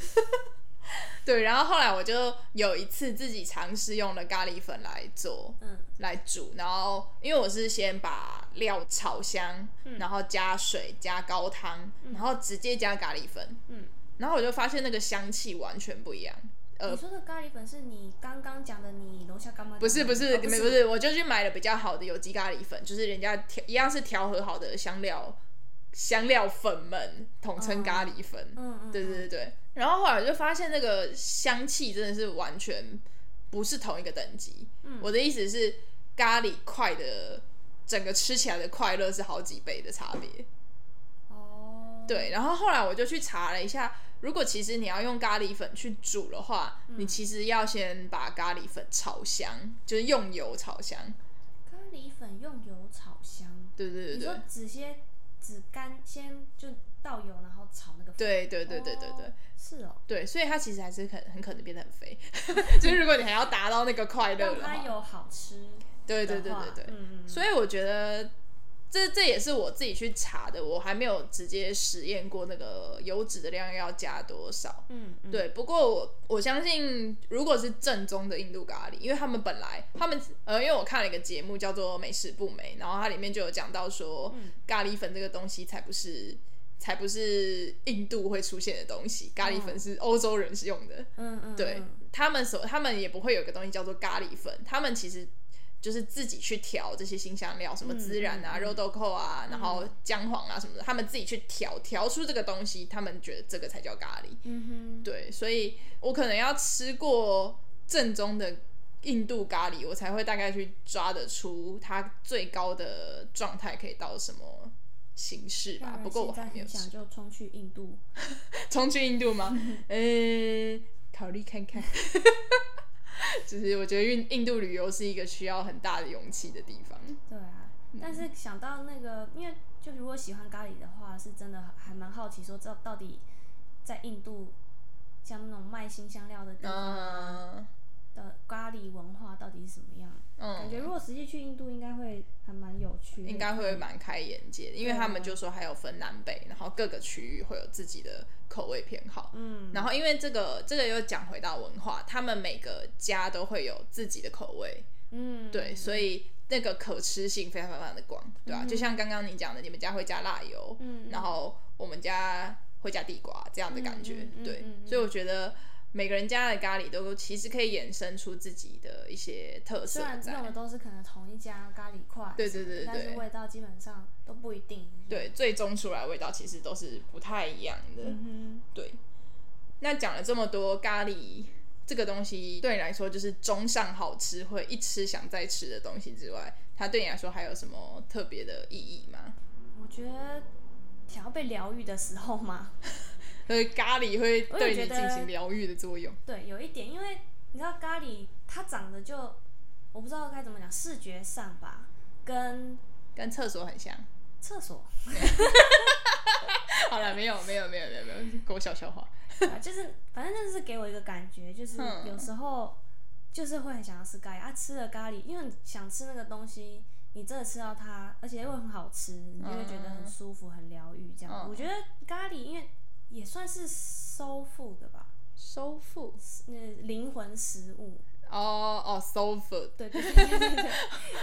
S1: 对，然后后来我就有一次自己尝试用了咖喱粉来做，
S2: 嗯
S1: 来煮，然后因为我是先把料炒香，
S2: 嗯
S1: 然后加水加高汤，然后直接加咖喱粉，
S2: 嗯。
S1: 然后我就发现那个香气完全不一样。
S2: 你说的咖喱粉是你刚刚讲的，你楼下干妈
S1: 呃不是不是、
S2: 哦
S1: 不是不是，我就去买了比较好的有机咖喱粉，就是人家调一样是调和好的香料香料粉们，统称咖喱粉。
S2: 嗯嗯，
S1: 对对对对。然后后来我就发现那个香气真的是完全不是同一个等级。
S2: 嗯
S1: 我的意思是，咖喱块的整个吃起来的快乐是好几倍的差别。
S2: 哦，
S1: 对，然后后来我就去查了一下，如果其实你要用咖喱粉去煮的话，
S2: 嗯
S1: 你其实要先把咖喱粉炒香，就是用油炒香。
S2: 咖喱粉用油炒香，
S1: 对对对
S2: 你
S1: 对
S2: 说。只先只干先就倒油，然后炒那个粉，
S1: 对对对对对对
S2: 哦，是哦，
S1: 对，所以它其实还是很很可能变得很肥， 就是如果你还要达到那个快乐
S2: 让
S1: 的话，
S2: 它有好吃的话，
S1: 对对对对对，
S2: 嗯嗯，
S1: 所以我觉得这这也是我自己去查的，我还没有直接实验过那个油脂的量要加多少。
S2: 嗯嗯，
S1: 对，不过我我相信，如果是正宗的印度咖喱，因为他们本来他们呃，因为我看了一个节目叫做《美食不美》，然后它里面就有讲到说，咖喱粉这个东西才不是才不是印度会出现的东西，咖喱粉是欧洲人是用的。
S2: 嗯嗯，
S1: 对
S2: 嗯
S1: 他们所他们也不会有个东西叫做咖喱粉，他们其实就是自己去调这些新香料，什么孜然啊、
S2: 嗯嗯
S1: 肉豆蔻啊，然后姜黄啊什么的，他们自己去调调出这个东西，他们觉得这个才叫咖喱。
S2: 嗯哼，
S1: 对，所以我可能要吃过正宗的印度咖喱，我才会大概去抓得出它最高的状态可以到什么形式吧
S2: 让。人
S1: 啊不过我
S2: 现在
S1: 还没有
S2: 很
S1: 吃
S2: 想就冲去印度，
S1: 冲去印度 吗？呃、考虑看看。就是我觉得印印度旅游是一个需要很大的勇气的地方。
S2: 对啊，
S1: 嗯
S2: 但是想到那个，因为就如果喜欢咖喱的话，是真的还蛮好奇，说这到底在印度像那种卖新香料的地方啊
S1: 嗯
S2: 的咖喱文化到底是什么样？感
S1: 嗯，
S2: 觉如果实际去印度，应该会还蛮有趣的，
S1: 应该会蛮开眼界
S2: 嗯
S1: 的，因为他们就说还有分南北，然后各个区域会有自己的口味偏好。
S2: 嗯
S1: 然后因为这个这个又讲回到文化，他们每个家都会有自己的口味，
S2: 嗯
S1: 对，所以那个可吃性非常非常的广，对吧、就像刚刚你讲的，你们家会加辣油，
S2: 嗯
S1: 然后我们家会加地瓜这样的感觉，
S2: 嗯嗯嗯
S1: 对，
S2: 嗯嗯
S1: 所以我觉得每个人家的咖喱都其实可以衍生出自己的一些特色
S2: 虽然用的
S1: 在。
S2: 都是可能同一家咖喱块，
S1: 对对对对
S2: 但是味道基本上都不一定。
S1: 对，最终出来的味道其实都是不太一样的。
S3: 嗯
S1: 对，那讲了这么多咖喱这个东西，对你来说就是中上好吃，会一吃想再吃的东西之外，它对你来说还有什么特别的意义吗？
S2: 我觉得想要被疗愈的时候嘛，
S1: 所以咖喱会
S2: 我也
S1: 对你
S2: 觉得
S1: 进行疗愈的作用。
S2: 对，有一点，因为你知道咖喱它长得就，我不知道该怎么讲，视觉上吧，跟
S1: 跟厕所很像。
S2: 厕所，
S1: 好了，没有没有没有没有没有，给我小笑话。
S2: 对吧啊就是反正就是给我一个感觉，就是
S1: 嗯
S2: 有时候就是会很想要吃咖喱啊，吃了咖喱，因为想吃那个东西，你真的吃到它，而且又很好吃，你就会觉得很舒服、很疗愈这样。
S1: 嗯
S2: 我觉得咖喱因为也算是收腹的吧，
S1: 收腹
S2: 那灵魂食物，
S1: 哦哦，soul food，
S2: 对对对对对对，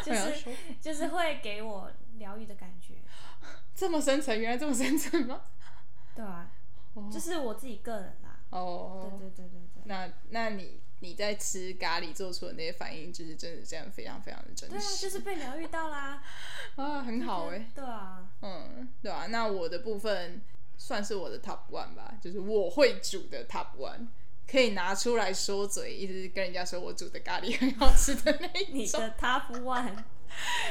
S2: 就
S1: 我 要
S2: 是
S1: 收腹
S2: 就是会给我疗愈的感觉，
S1: 这么深层，原来这么深层吗？
S2: 对啊，
S1: 哦
S2: 就是我自己个人啦。对
S1: 哦，
S2: 对对对对，
S1: 那那你你在吃咖喱做出的那些反应，就是真的这样非常非常的真
S2: 对啊，
S1: 实
S2: 就是被疗愈到啦。
S1: 啊，很好哎、
S2: 对啊，
S1: 嗯，对啊，那我的部分算是我的 top one 吧，就是我会煮的 top one，可以拿出来说嘴，一直跟人家说我煮的咖喱很好吃的那一
S2: 你
S1: 种。
S2: 的 top one，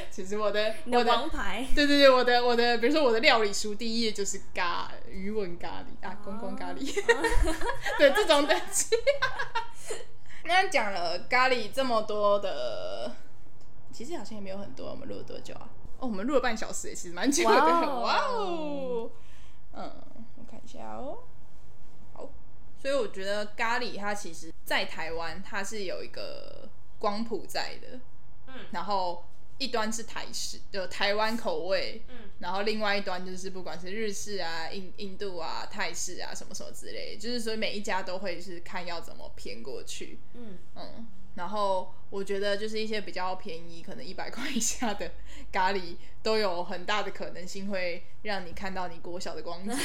S1: 其实我的
S2: 你
S1: 我
S2: 的
S1: 的
S2: 王牌，
S1: 对对对，我的我的，比如说我的料理书第一页就是咖鱼文咖喱啊，公公咖喱，
S2: 嗯
S1: 对这种等级。那讲了咖喱这么多的，其实好像也没有很多，我们录了多久啊？哦，我们录了半小时，也其实蛮久的。
S2: 哇 哦
S1: 哇哦，嗯，我看一下哦。好，所以我觉得咖喱它其实在台湾它是有一个光谱在的，
S2: 嗯
S1: 然后一端是台式，就台湾口味，
S2: 嗯，
S1: 然后另外一端就是不管是日式啊、印印度啊、泰式啊什么什么之类的，就是所以每一家都会是看要怎么偏过去，
S2: 嗯，
S1: 嗯，然后我觉得就是一些比较便宜，可能一百块以下的咖喱，都有很大的可能性会让你看到你国小的光景。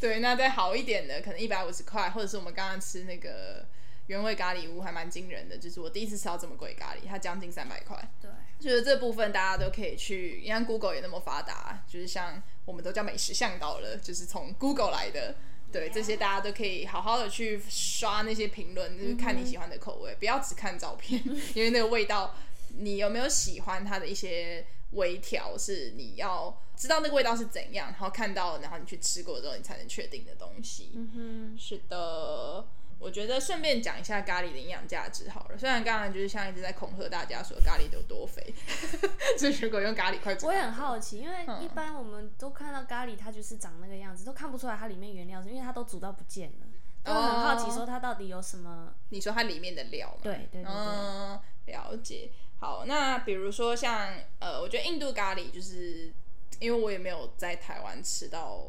S1: 对，那再好一点的，可能一百五十块，或者是我们刚刚吃那个原味咖喱屋，还蛮惊人的，就是我第一次吃到这么贵的咖喱，它将近三百块。
S2: 对，
S1: 觉得这部分大家都可以去，因为 Google 也那么发达，就是像我们都叫美食向导了，就是从 Google 来的。对，这些大家都可以好好的去刷那些评论，就是看你喜欢的口味，不要只看照片， 因为那个味道，你有没有喜欢它的一些微调，是你要知道那个味道是怎样，然后看到，然后你去吃过之后，你才能确定的东西。
S2: 嗯
S1: 是的，我觉得顺便讲一下咖喱的营养价值好了。虽然刚才就是像一直在恐吓大家说咖喱有多肥， 就是如果用咖喱快
S2: 哼，
S1: 煮
S2: 我也很好奇，因为
S1: 嗯
S2: 一般我们都看到咖喱，它就是长那个样子，都看不出来它里面原料是，因为它都煮到不见了，都很好
S1: 哦
S2: 奇说它到底有什么，
S1: 你说它里面的料嘛？
S2: 对对对对，
S1: 嗯，了解。好，那比如说像呃，我觉得印度咖喱就是因为我也没有在台湾吃到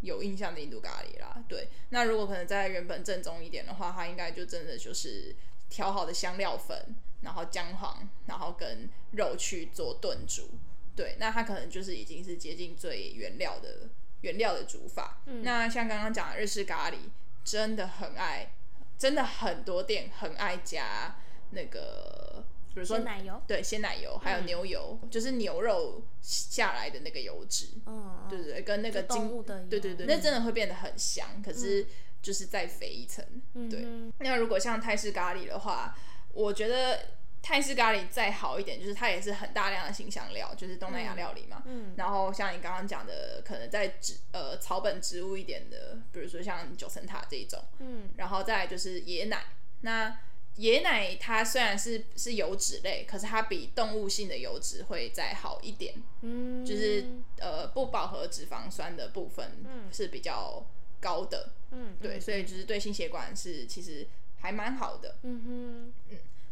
S1: 有印象的印度咖喱啦。对，那如果可能在原本正宗一点的话，它应该就真的就是调好的香料粉，然后姜黄，然后跟肉去做炖煮。对，那它可能就是已经是接近最原料的原料的煮法。
S2: 嗯
S1: 那像刚刚讲的日式咖喱，真的很爱，真的很多店很爱加那个，比如说
S2: 鲜奶油，
S1: 对鲜奶油，还有
S2: 嗯
S1: 牛油，就是牛肉下来的那个油脂，
S2: 嗯，嗯
S1: 对对对，跟那个
S2: 就动
S1: 精
S2: 物的油，
S1: 对对对，那真的会变得很香，可是就是再肥一层。
S2: 嗯
S1: 对
S2: 哼，
S1: 那如果像泰式咖喱的话，我觉得泰式咖喱再好一点，就是它也是很大量的新香料，就是东南亚料理嘛。
S2: 嗯
S1: 然后像你刚刚讲的，可能在植呃草本植物一点的，比如说像九层塔这一种，
S2: 嗯
S1: 然后再来就是椰奶。那椰奶它虽然是是油脂类，可是它比动物性的油脂会再好一点。
S2: 嗯，
S1: 就是呃不饱和脂肪酸的部分
S2: 嗯
S1: 是比较高的，
S2: 嗯，
S1: 对，
S2: 嗯
S1: 所以就是对心血管是其实还蛮好的。
S2: 嗯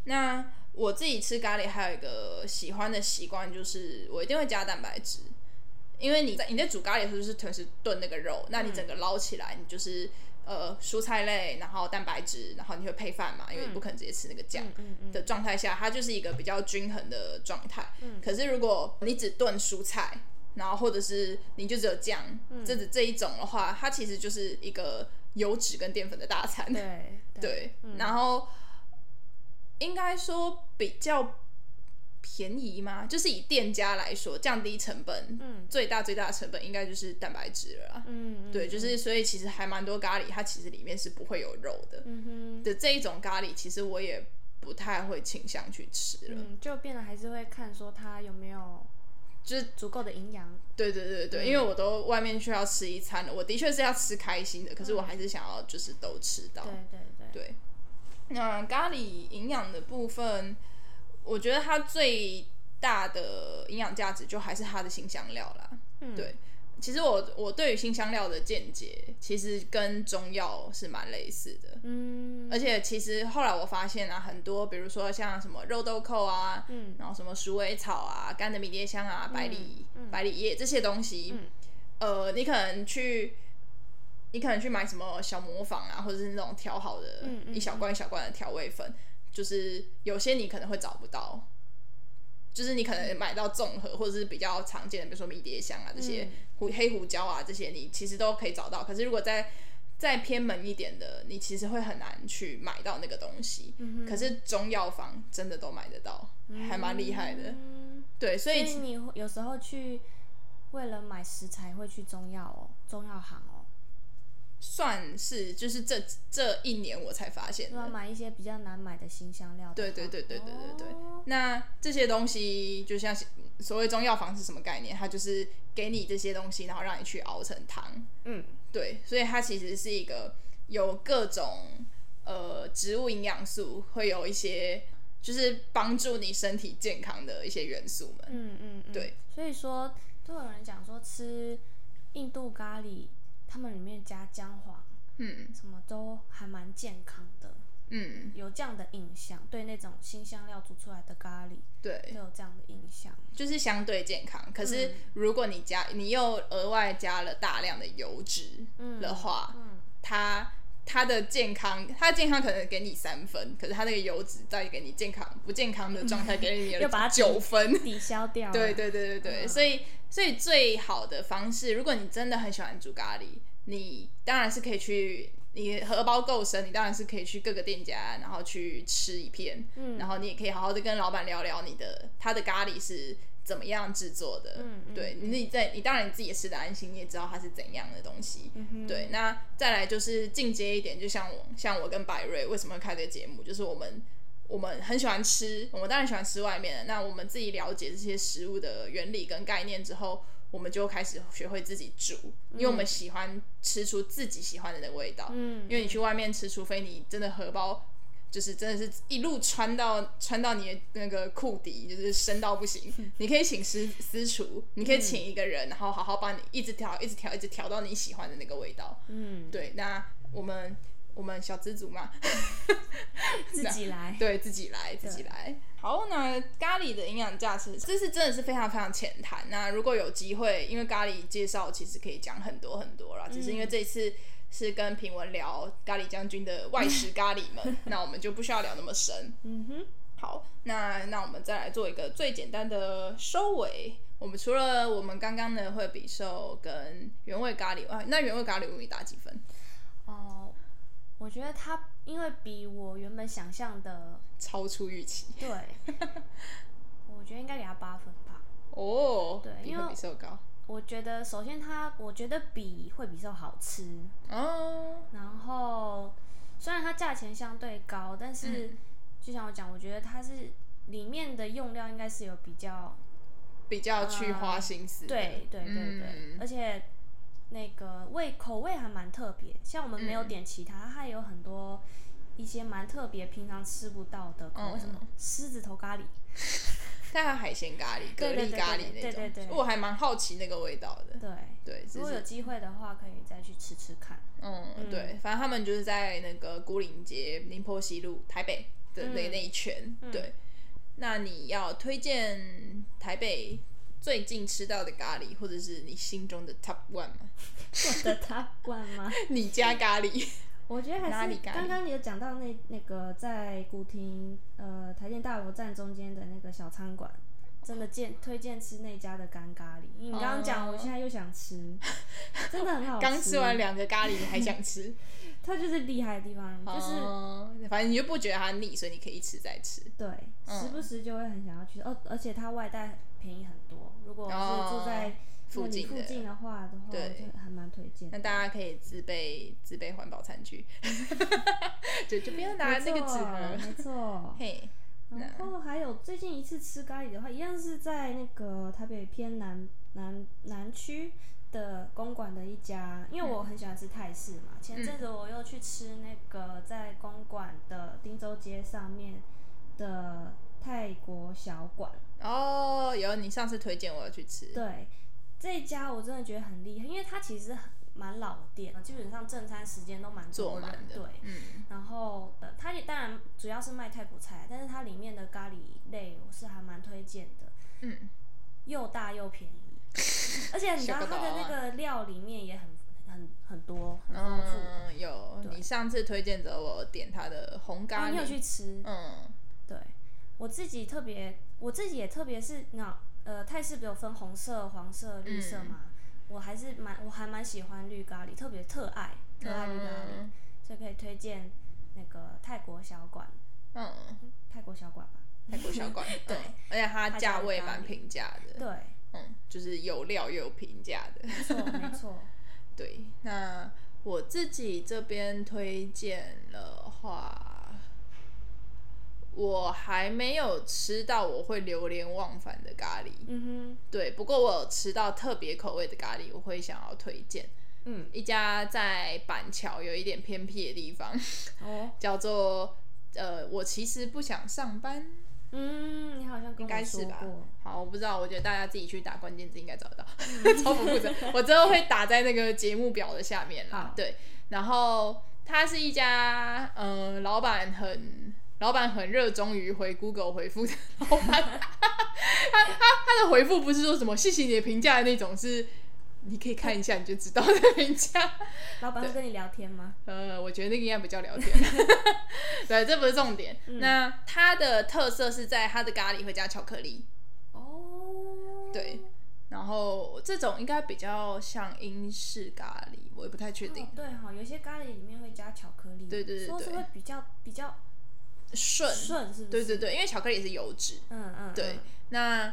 S1: 那我自己吃咖喱还有一个喜欢的习惯，就是我一定会加蛋白质，因为你在你在煮咖喱的时候就是同时炖那个肉，那你整个捞起来，你就是呃蔬菜类，然后蛋白质，然后你会配饭嘛，因为你不可能直接吃那个酱。
S2: 哼，嗯嗯
S1: 的状态下，它就是一个比较均衡的状态。可是如果你只炖蔬菜，然后或者是你就只有酱，这只这一种的话，它其实就是一个油脂跟淀粉的大餐。
S2: 对
S1: 对，
S2: 嗯
S1: 然后应该说比较便宜吗？就是以店家来说，降低成本，
S2: 嗯
S1: 最大最大的成本应该就是蛋白质了啦。啊
S2: 嗯，嗯
S1: 对，就是所以其实还蛮多咖喱，它其实里面是不会有肉的。
S2: 嗯哼，
S1: 的这一种咖喱，其实我也不太会倾向去吃了。
S2: 嗯，就变得还是会看说它有没有
S1: 就是
S2: 足够的营养，
S1: 对对对
S2: 嗯
S1: 对，因为我都外面去要吃一餐了，我的确是要吃开心的，可是我还是想要就是都吃到。
S2: 对对对，
S1: 对，那咖喱营养的部分，我觉得它最大的营养价值就还是它的新香料啦。
S2: 嗯
S1: 对，其实我我对于新香料的见解，其实跟中药是蛮类似的。
S2: 嗯
S1: 而且其实后来我发现啊，很多比如说像什么肉豆蔻啊，
S2: 嗯
S1: 然后什么鼠尾草啊、干的迷迭香啊、百里、
S2: 嗯
S1: 百里叶这些东西，
S2: 嗯
S1: 呃，你可能去，你可能去买什么小磨坊啊，或者是那种调好的、
S2: 嗯嗯
S1: 一小罐一小罐的调味粉，就是有些你可能会找不到。就是你可能买到综合或者是比较常见的，比如说迷迭香啊这些
S2: 嗯
S1: 胡、黑胡椒啊这些，你其实都可以找到。可是如果在再偏门一点的，你其实会很难去买到那个东西。
S2: 嗯哼
S1: 可是中药房真的都买得到，还蛮厉害的。
S2: 嗯
S1: 对，所
S2: 所
S1: 以
S2: 以你会有时候去为了买食材会去中药哦，中药行哦，
S1: 算是就是这这一年我才发现
S2: 就要
S1: 的。
S2: 买一些比较难买的新香料的
S1: 对
S2: 话。
S1: 对对对对对对
S2: 哦
S1: 那这些东西就像所谓中药房是什么概念？它就是给你这些东西，然后让你去熬成汤。
S2: 嗯
S1: 对，所以它其实是一个有各种呃植物营养素，会有一些就是帮助你身体健康的一些元素们。
S2: 嗯嗯嗯，
S1: 对。
S2: 所以说，都有人讲说吃印度咖喱，他们里面加姜黄，
S1: 嗯
S2: 什么都还蛮健康的，
S1: 嗯，
S2: 有这样的印象。对那种新香料煮出来的咖喱，
S1: 对，
S2: 都有这样的印象。
S1: 就是相对健康。可
S2: 嗯
S1: 是如果你加你又额外加了大量的油脂
S2: 嗯
S1: 的话，
S2: 嗯
S1: 它它的健康，它的健康可能给你三分，可是它那个油脂再给你健康不健康的状态，给 你
S2: 嗯又把它
S1: 了九分。
S2: 抵消掉了。
S1: 对对对对对，
S2: 嗯
S1: 所以所以最好的方式，如果你真的很喜欢煮咖喱，你当然是可以去，你荷包够深，你当然是可以去各个店家，然后去吃一片，
S2: 嗯
S1: 然后你也可以好好的跟老板聊聊你的他的咖喱是怎么样制作的，
S2: 嗯嗯
S1: 对，你自己在你当然你自己也吃的安心，你也知道它是怎样的东西，
S2: 嗯哼
S1: 对，那再来就是进阶一点，就像我像我跟百瑞为什么会开这个节目，就是我们我们很喜欢吃，我们当然喜欢吃外面的。那我们自己了解这些食物的原理跟概念之后，我们就开始学会自己煮，因为我们喜欢吃出自己喜欢的那个味道。
S2: 嗯，
S1: 因为你去外面吃，除非你真的荷包。就是真的是一路穿到穿到你的那个裤底，就是深到不行。你可以请师私厨，你可以请一个人，然后好好帮你一直调，一直调，一直调到你喜欢的那个味道。
S2: 嗯
S1: 对，那我们我们小资族嘛，
S2: 自己 来。
S1: 对自己来，自己来。好，那咖喱的营养价值，这是真的是非常非常浅谈。那如果有机会，因为咖喱介绍其实可以讲很多很多
S2: 嗯
S1: 啦，只是因为这一次是跟平文聊咖喱将军的外食咖喱们， 那我们就不需要聊那么深。
S2: 嗯哼，
S1: 好，那那我们再来做一个最简单的收尾。我们除了我们刚刚呢会比寿跟原味咖喱啊，那原味咖喱我你打几分？
S2: 哦，我觉得它因为比我原本想象的，
S1: 超出预期
S2: 对，我觉得应该给它八分吧。
S1: 哦，
S2: 对
S1: 比
S2: 因为
S1: 会比寿高
S2: 我觉得首先它，我觉得比惠比寿好吃，
S1: 哦，
S2: 然后虽然它价钱相对高，但是、
S1: 嗯
S2: 就像我讲，我觉得它是里面的用料应该是有比较，
S1: 比较去花心思的、
S2: 啊对对对对，
S1: 嗯
S2: 而且那个味口味还蛮特别，像我们没有
S1: 嗯
S2: 点其他，它有很多一些蛮特别，平常吃不到的口
S1: 嗯
S2: 味，哦什么狮子头咖喱，
S1: 但它海鲜咖喱、蛤
S2: 对对
S1: 蜊
S2: 对
S1: 咖喱那种，
S2: 对对对对
S1: 我还蛮好奇那个味道的。
S2: 对，
S1: 对，只
S2: 如果有
S1: 是
S2: 机会的话，可以再去吃吃 看。
S1: 嗯对，反正他们就是在那个孤岭街、宁波西路、台北的那
S2: 嗯
S1: 那一圈。对，那你要推荐台北最近吃到的咖喱，或者是你心中的 top one 吗？
S2: 我的他罐吗？
S1: 你家咖喱，
S2: 我觉得
S1: 哪
S2: 还
S1: 里
S2: 是
S1: 咖喱
S2: 刚刚你有讲到那那个在古亭呃台电大楼站中间的那个小餐馆，真的荐推荐吃那家的干咖喱。你刚刚讲，
S1: 哦
S2: 我现在又想吃，真的很好吃。
S1: 刚吃完，两个咖喱，你还想吃？
S2: 它就是厉害的地方， 就是、
S1: 哦反正你就不觉得它腻，所以你可以一吃再吃。
S2: 对，时不时就会很想要去，而、哦而且它外带便宜很多。如果是住在
S1: 哦附
S2: 那里
S1: 近
S2: 附
S1: 的
S2: 近的话的话，
S1: 对
S2: 我就还蛮推荐的。
S1: 那大家可以自备自备环保餐具， 就就不要拿
S2: 没
S1: 那个纸
S2: 错，
S1: 盒。
S2: 没错。
S1: 嘿，
S2: 然
S1: 嗯
S2: 后还有最近一次吃咖喱的话，一样是在那个台北偏南南南区的公馆的一家，因
S1: 嗯
S2: 为我很喜欢吃泰式嘛。前阵子我又去吃那个在公馆的汀州街上面的泰国小馆，
S1: 哦，有你上次推荐我要去吃，
S2: 对这一家我真的觉得很厉害，因为它其实很蛮老的店，基本上正餐时间都蛮
S1: 坐
S2: 多人
S1: 满，的，
S2: 对，
S1: 嗯，
S2: 然后呃，它也当然主要是卖泰国菜，啊但是它里面的咖喱类我是还蛮推荐的，
S1: 嗯，
S2: 又大又便宜，而且你知道它的那个料里面也很很很多，很丰富。
S1: 嗯，有你上次推荐着我点它的红
S2: 然
S1: 咖
S2: 后哦你有去
S1: 喱，
S2: 吃？
S1: 嗯，
S2: 对，我自己特别，我自己也特别是那呃泰式不有分红色、黄色、绿色
S1: 嗯
S2: 嘛，我还是蛮我还蛮喜欢绿咖喱，特别特爱特爱绿咖喱，
S1: 嗯
S2: 所以可以推荐那个泰国小馆，
S1: 嗯，
S2: 泰国小馆吧。
S1: 泰国小馆， 对，而且它价位蛮平价的，
S2: 对，
S1: 嗯，就是有料又有平价的，
S2: 没错 没错。
S1: 对，那我自己这边推荐的话，我还没有吃到我会流连忘返的咖喱。
S2: 嗯
S1: 对，不过我有吃到特别口味的咖喱，我会想要推荐
S2: 哼，嗯，
S1: 一家在板桥有一点偏僻的地方，
S2: 哦，
S1: 叫做呃，我其实不想上班，
S2: 嗯，你好像跟
S1: 应该
S2: 我
S1: 是
S2: 说
S1: 吧
S2: 过，？
S1: 好，我不知道，我觉得大家自己去打关键字应该找得到， 超不负责。我之后会打在那个节目表的下面啦
S2: 好。
S1: 对，然后它是一家，嗯、老板很。老板很热衷于回 Google 回复的老板， 他他他的回复不是说什么谢谢你的评价的那种，是你可以看一下你就知道的评价。
S2: 老板会跟你聊天吗？
S1: 呃，我觉得那个应该比较聊天。 对，这不是重点。那它的特色是在它的咖喱会加巧克力。
S2: 哦，
S1: 对，然后这种应该比较像英式咖喱，我也不太确定
S2: 哦。对哈、有些咖喱里面会加巧克力，
S1: 对对对
S2: 说是
S1: 对
S2: 会比较比较
S1: 顺，
S2: 顺，是不是？
S1: 对对，对，因为巧克力也是油脂。
S2: 嗯嗯，
S1: 对，那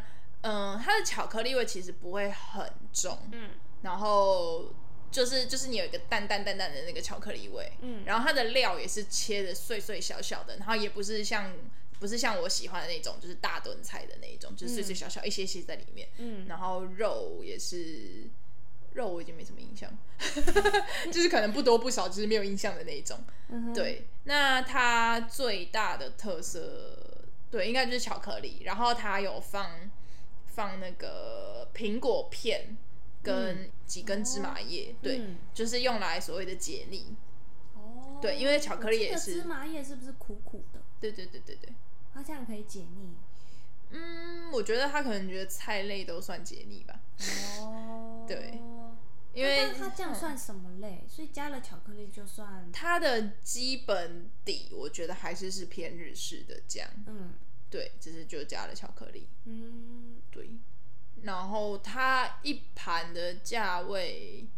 S1: 嗯、呃它的巧克力味其实不会很重，
S2: 嗯，
S1: 然后就是就是你有一个淡淡淡淡的那个巧克力味，
S2: 嗯
S1: 然后它的料也是切的碎碎小小的，然后也不是像不是像我喜欢的那种，就是大炖菜的那一种，就是碎碎小小一些些在里面，
S2: 嗯
S1: 然后肉也是肉我已经没什么印象， 就是可能不多不少，就是没有印象的那一种。
S2: 嗯哼，
S1: 对，那它最大的特色，对，应该就是巧克力，然后它有放放那个苹果片跟几根芝麻叶，对，
S2: 嗯
S1: 就是用来所谓的解腻。
S2: 哦，
S1: 对因为巧克力
S2: 我记
S1: 也
S2: 得
S1: 是
S2: 芝麻叶是不是苦苦的？
S1: 对对对对对，
S2: 它这样可以解腻。
S1: 嗯，我觉得他可能觉得菜类都算解腻吧，
S2: 哦，
S1: 对，因
S2: 那
S1: 为
S2: 但它这样算什么类？所以加了巧克力就算，
S1: 它的基本底，我觉得还是是偏日式的酱，
S2: 嗯
S1: 对，只是就加了巧克力。
S2: 嗯，
S1: 对，然后它一盘的价位，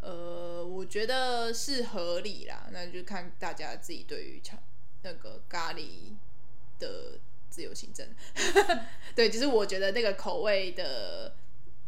S1: 呃，我觉得是合理啦，那就看大家自己对于巧那个咖喱的自由行政， 对，就是我觉得那个口味的，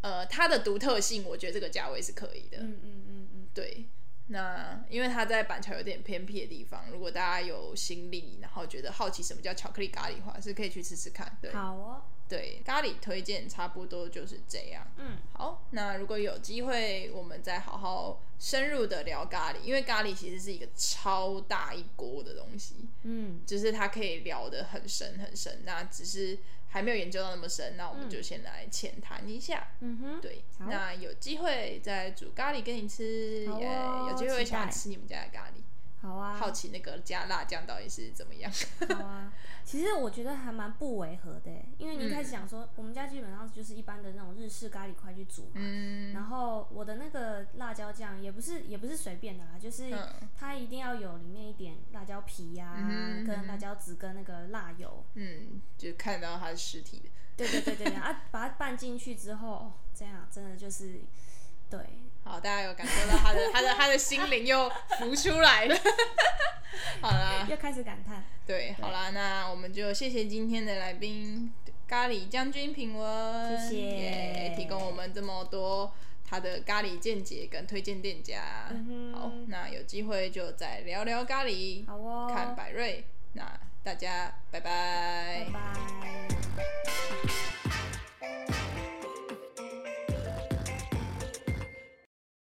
S1: 呃，它的独特性，我觉得这个价位是可以的，
S2: 嗯嗯嗯嗯，
S1: 对。那因为它在板桥有点偏僻的地方，如果大家有心力，然后觉得好奇什么叫巧克力咖喱的话，是可以去吃吃看。对，
S2: 好哦，
S1: 对，咖喱推荐差不多就是这样。
S2: 嗯，
S1: 好，那如果有机会，我们再好好深入的聊咖喱，因为咖喱其实是一个超大一锅的东西，
S2: 嗯，
S1: 就是它可以聊得很深很深。那只是还没有研究到那么深，那我们
S2: 嗯
S1: 就先来浅谈一下。
S2: 嗯哼，
S1: 对，
S2: 好
S1: 那有机会再煮咖喱给你吃，
S2: 好
S1: 耶
S2: 哦
S1: 有机会
S2: 期
S1: 想要
S2: 待
S1: 吃你们家的咖喱。
S2: 好啊，
S1: 好奇那个加辣酱到底是怎么 样。
S2: 好啊，其实我觉得还蛮不违和的欸，因为你一开始讲说、我们家基本上就是一般的那种日式咖喱块去煮嘛，
S1: 嗯
S2: 然后我的那个辣椒酱也不是也不是随便的啦，就是
S1: 嗯
S2: 它一定要有里面一点辣椒皮呀、
S1: 嗯哼
S2: 跟辣椒籽跟那个辣油，
S1: 嗯，就看到它是实体的，
S2: 对对对对 对啊，把它拌进去之后，哦，这样真的就是对，
S1: 好，大家有感受到他 的他的他的心灵又浮出来了。好啦，
S2: 又开始感叹，
S1: 对，好啦，那我们就谢谢今天的来宾咖喱将军品文，
S2: 谢谢
S1: 耶提供我们这么多他的咖喱见解跟推荐店家。
S2: 嗯哼
S1: 好，那有机会就再聊聊咖喱，
S2: 好哦，
S1: 看百瑞。那大家拜拜
S2: 拜拜。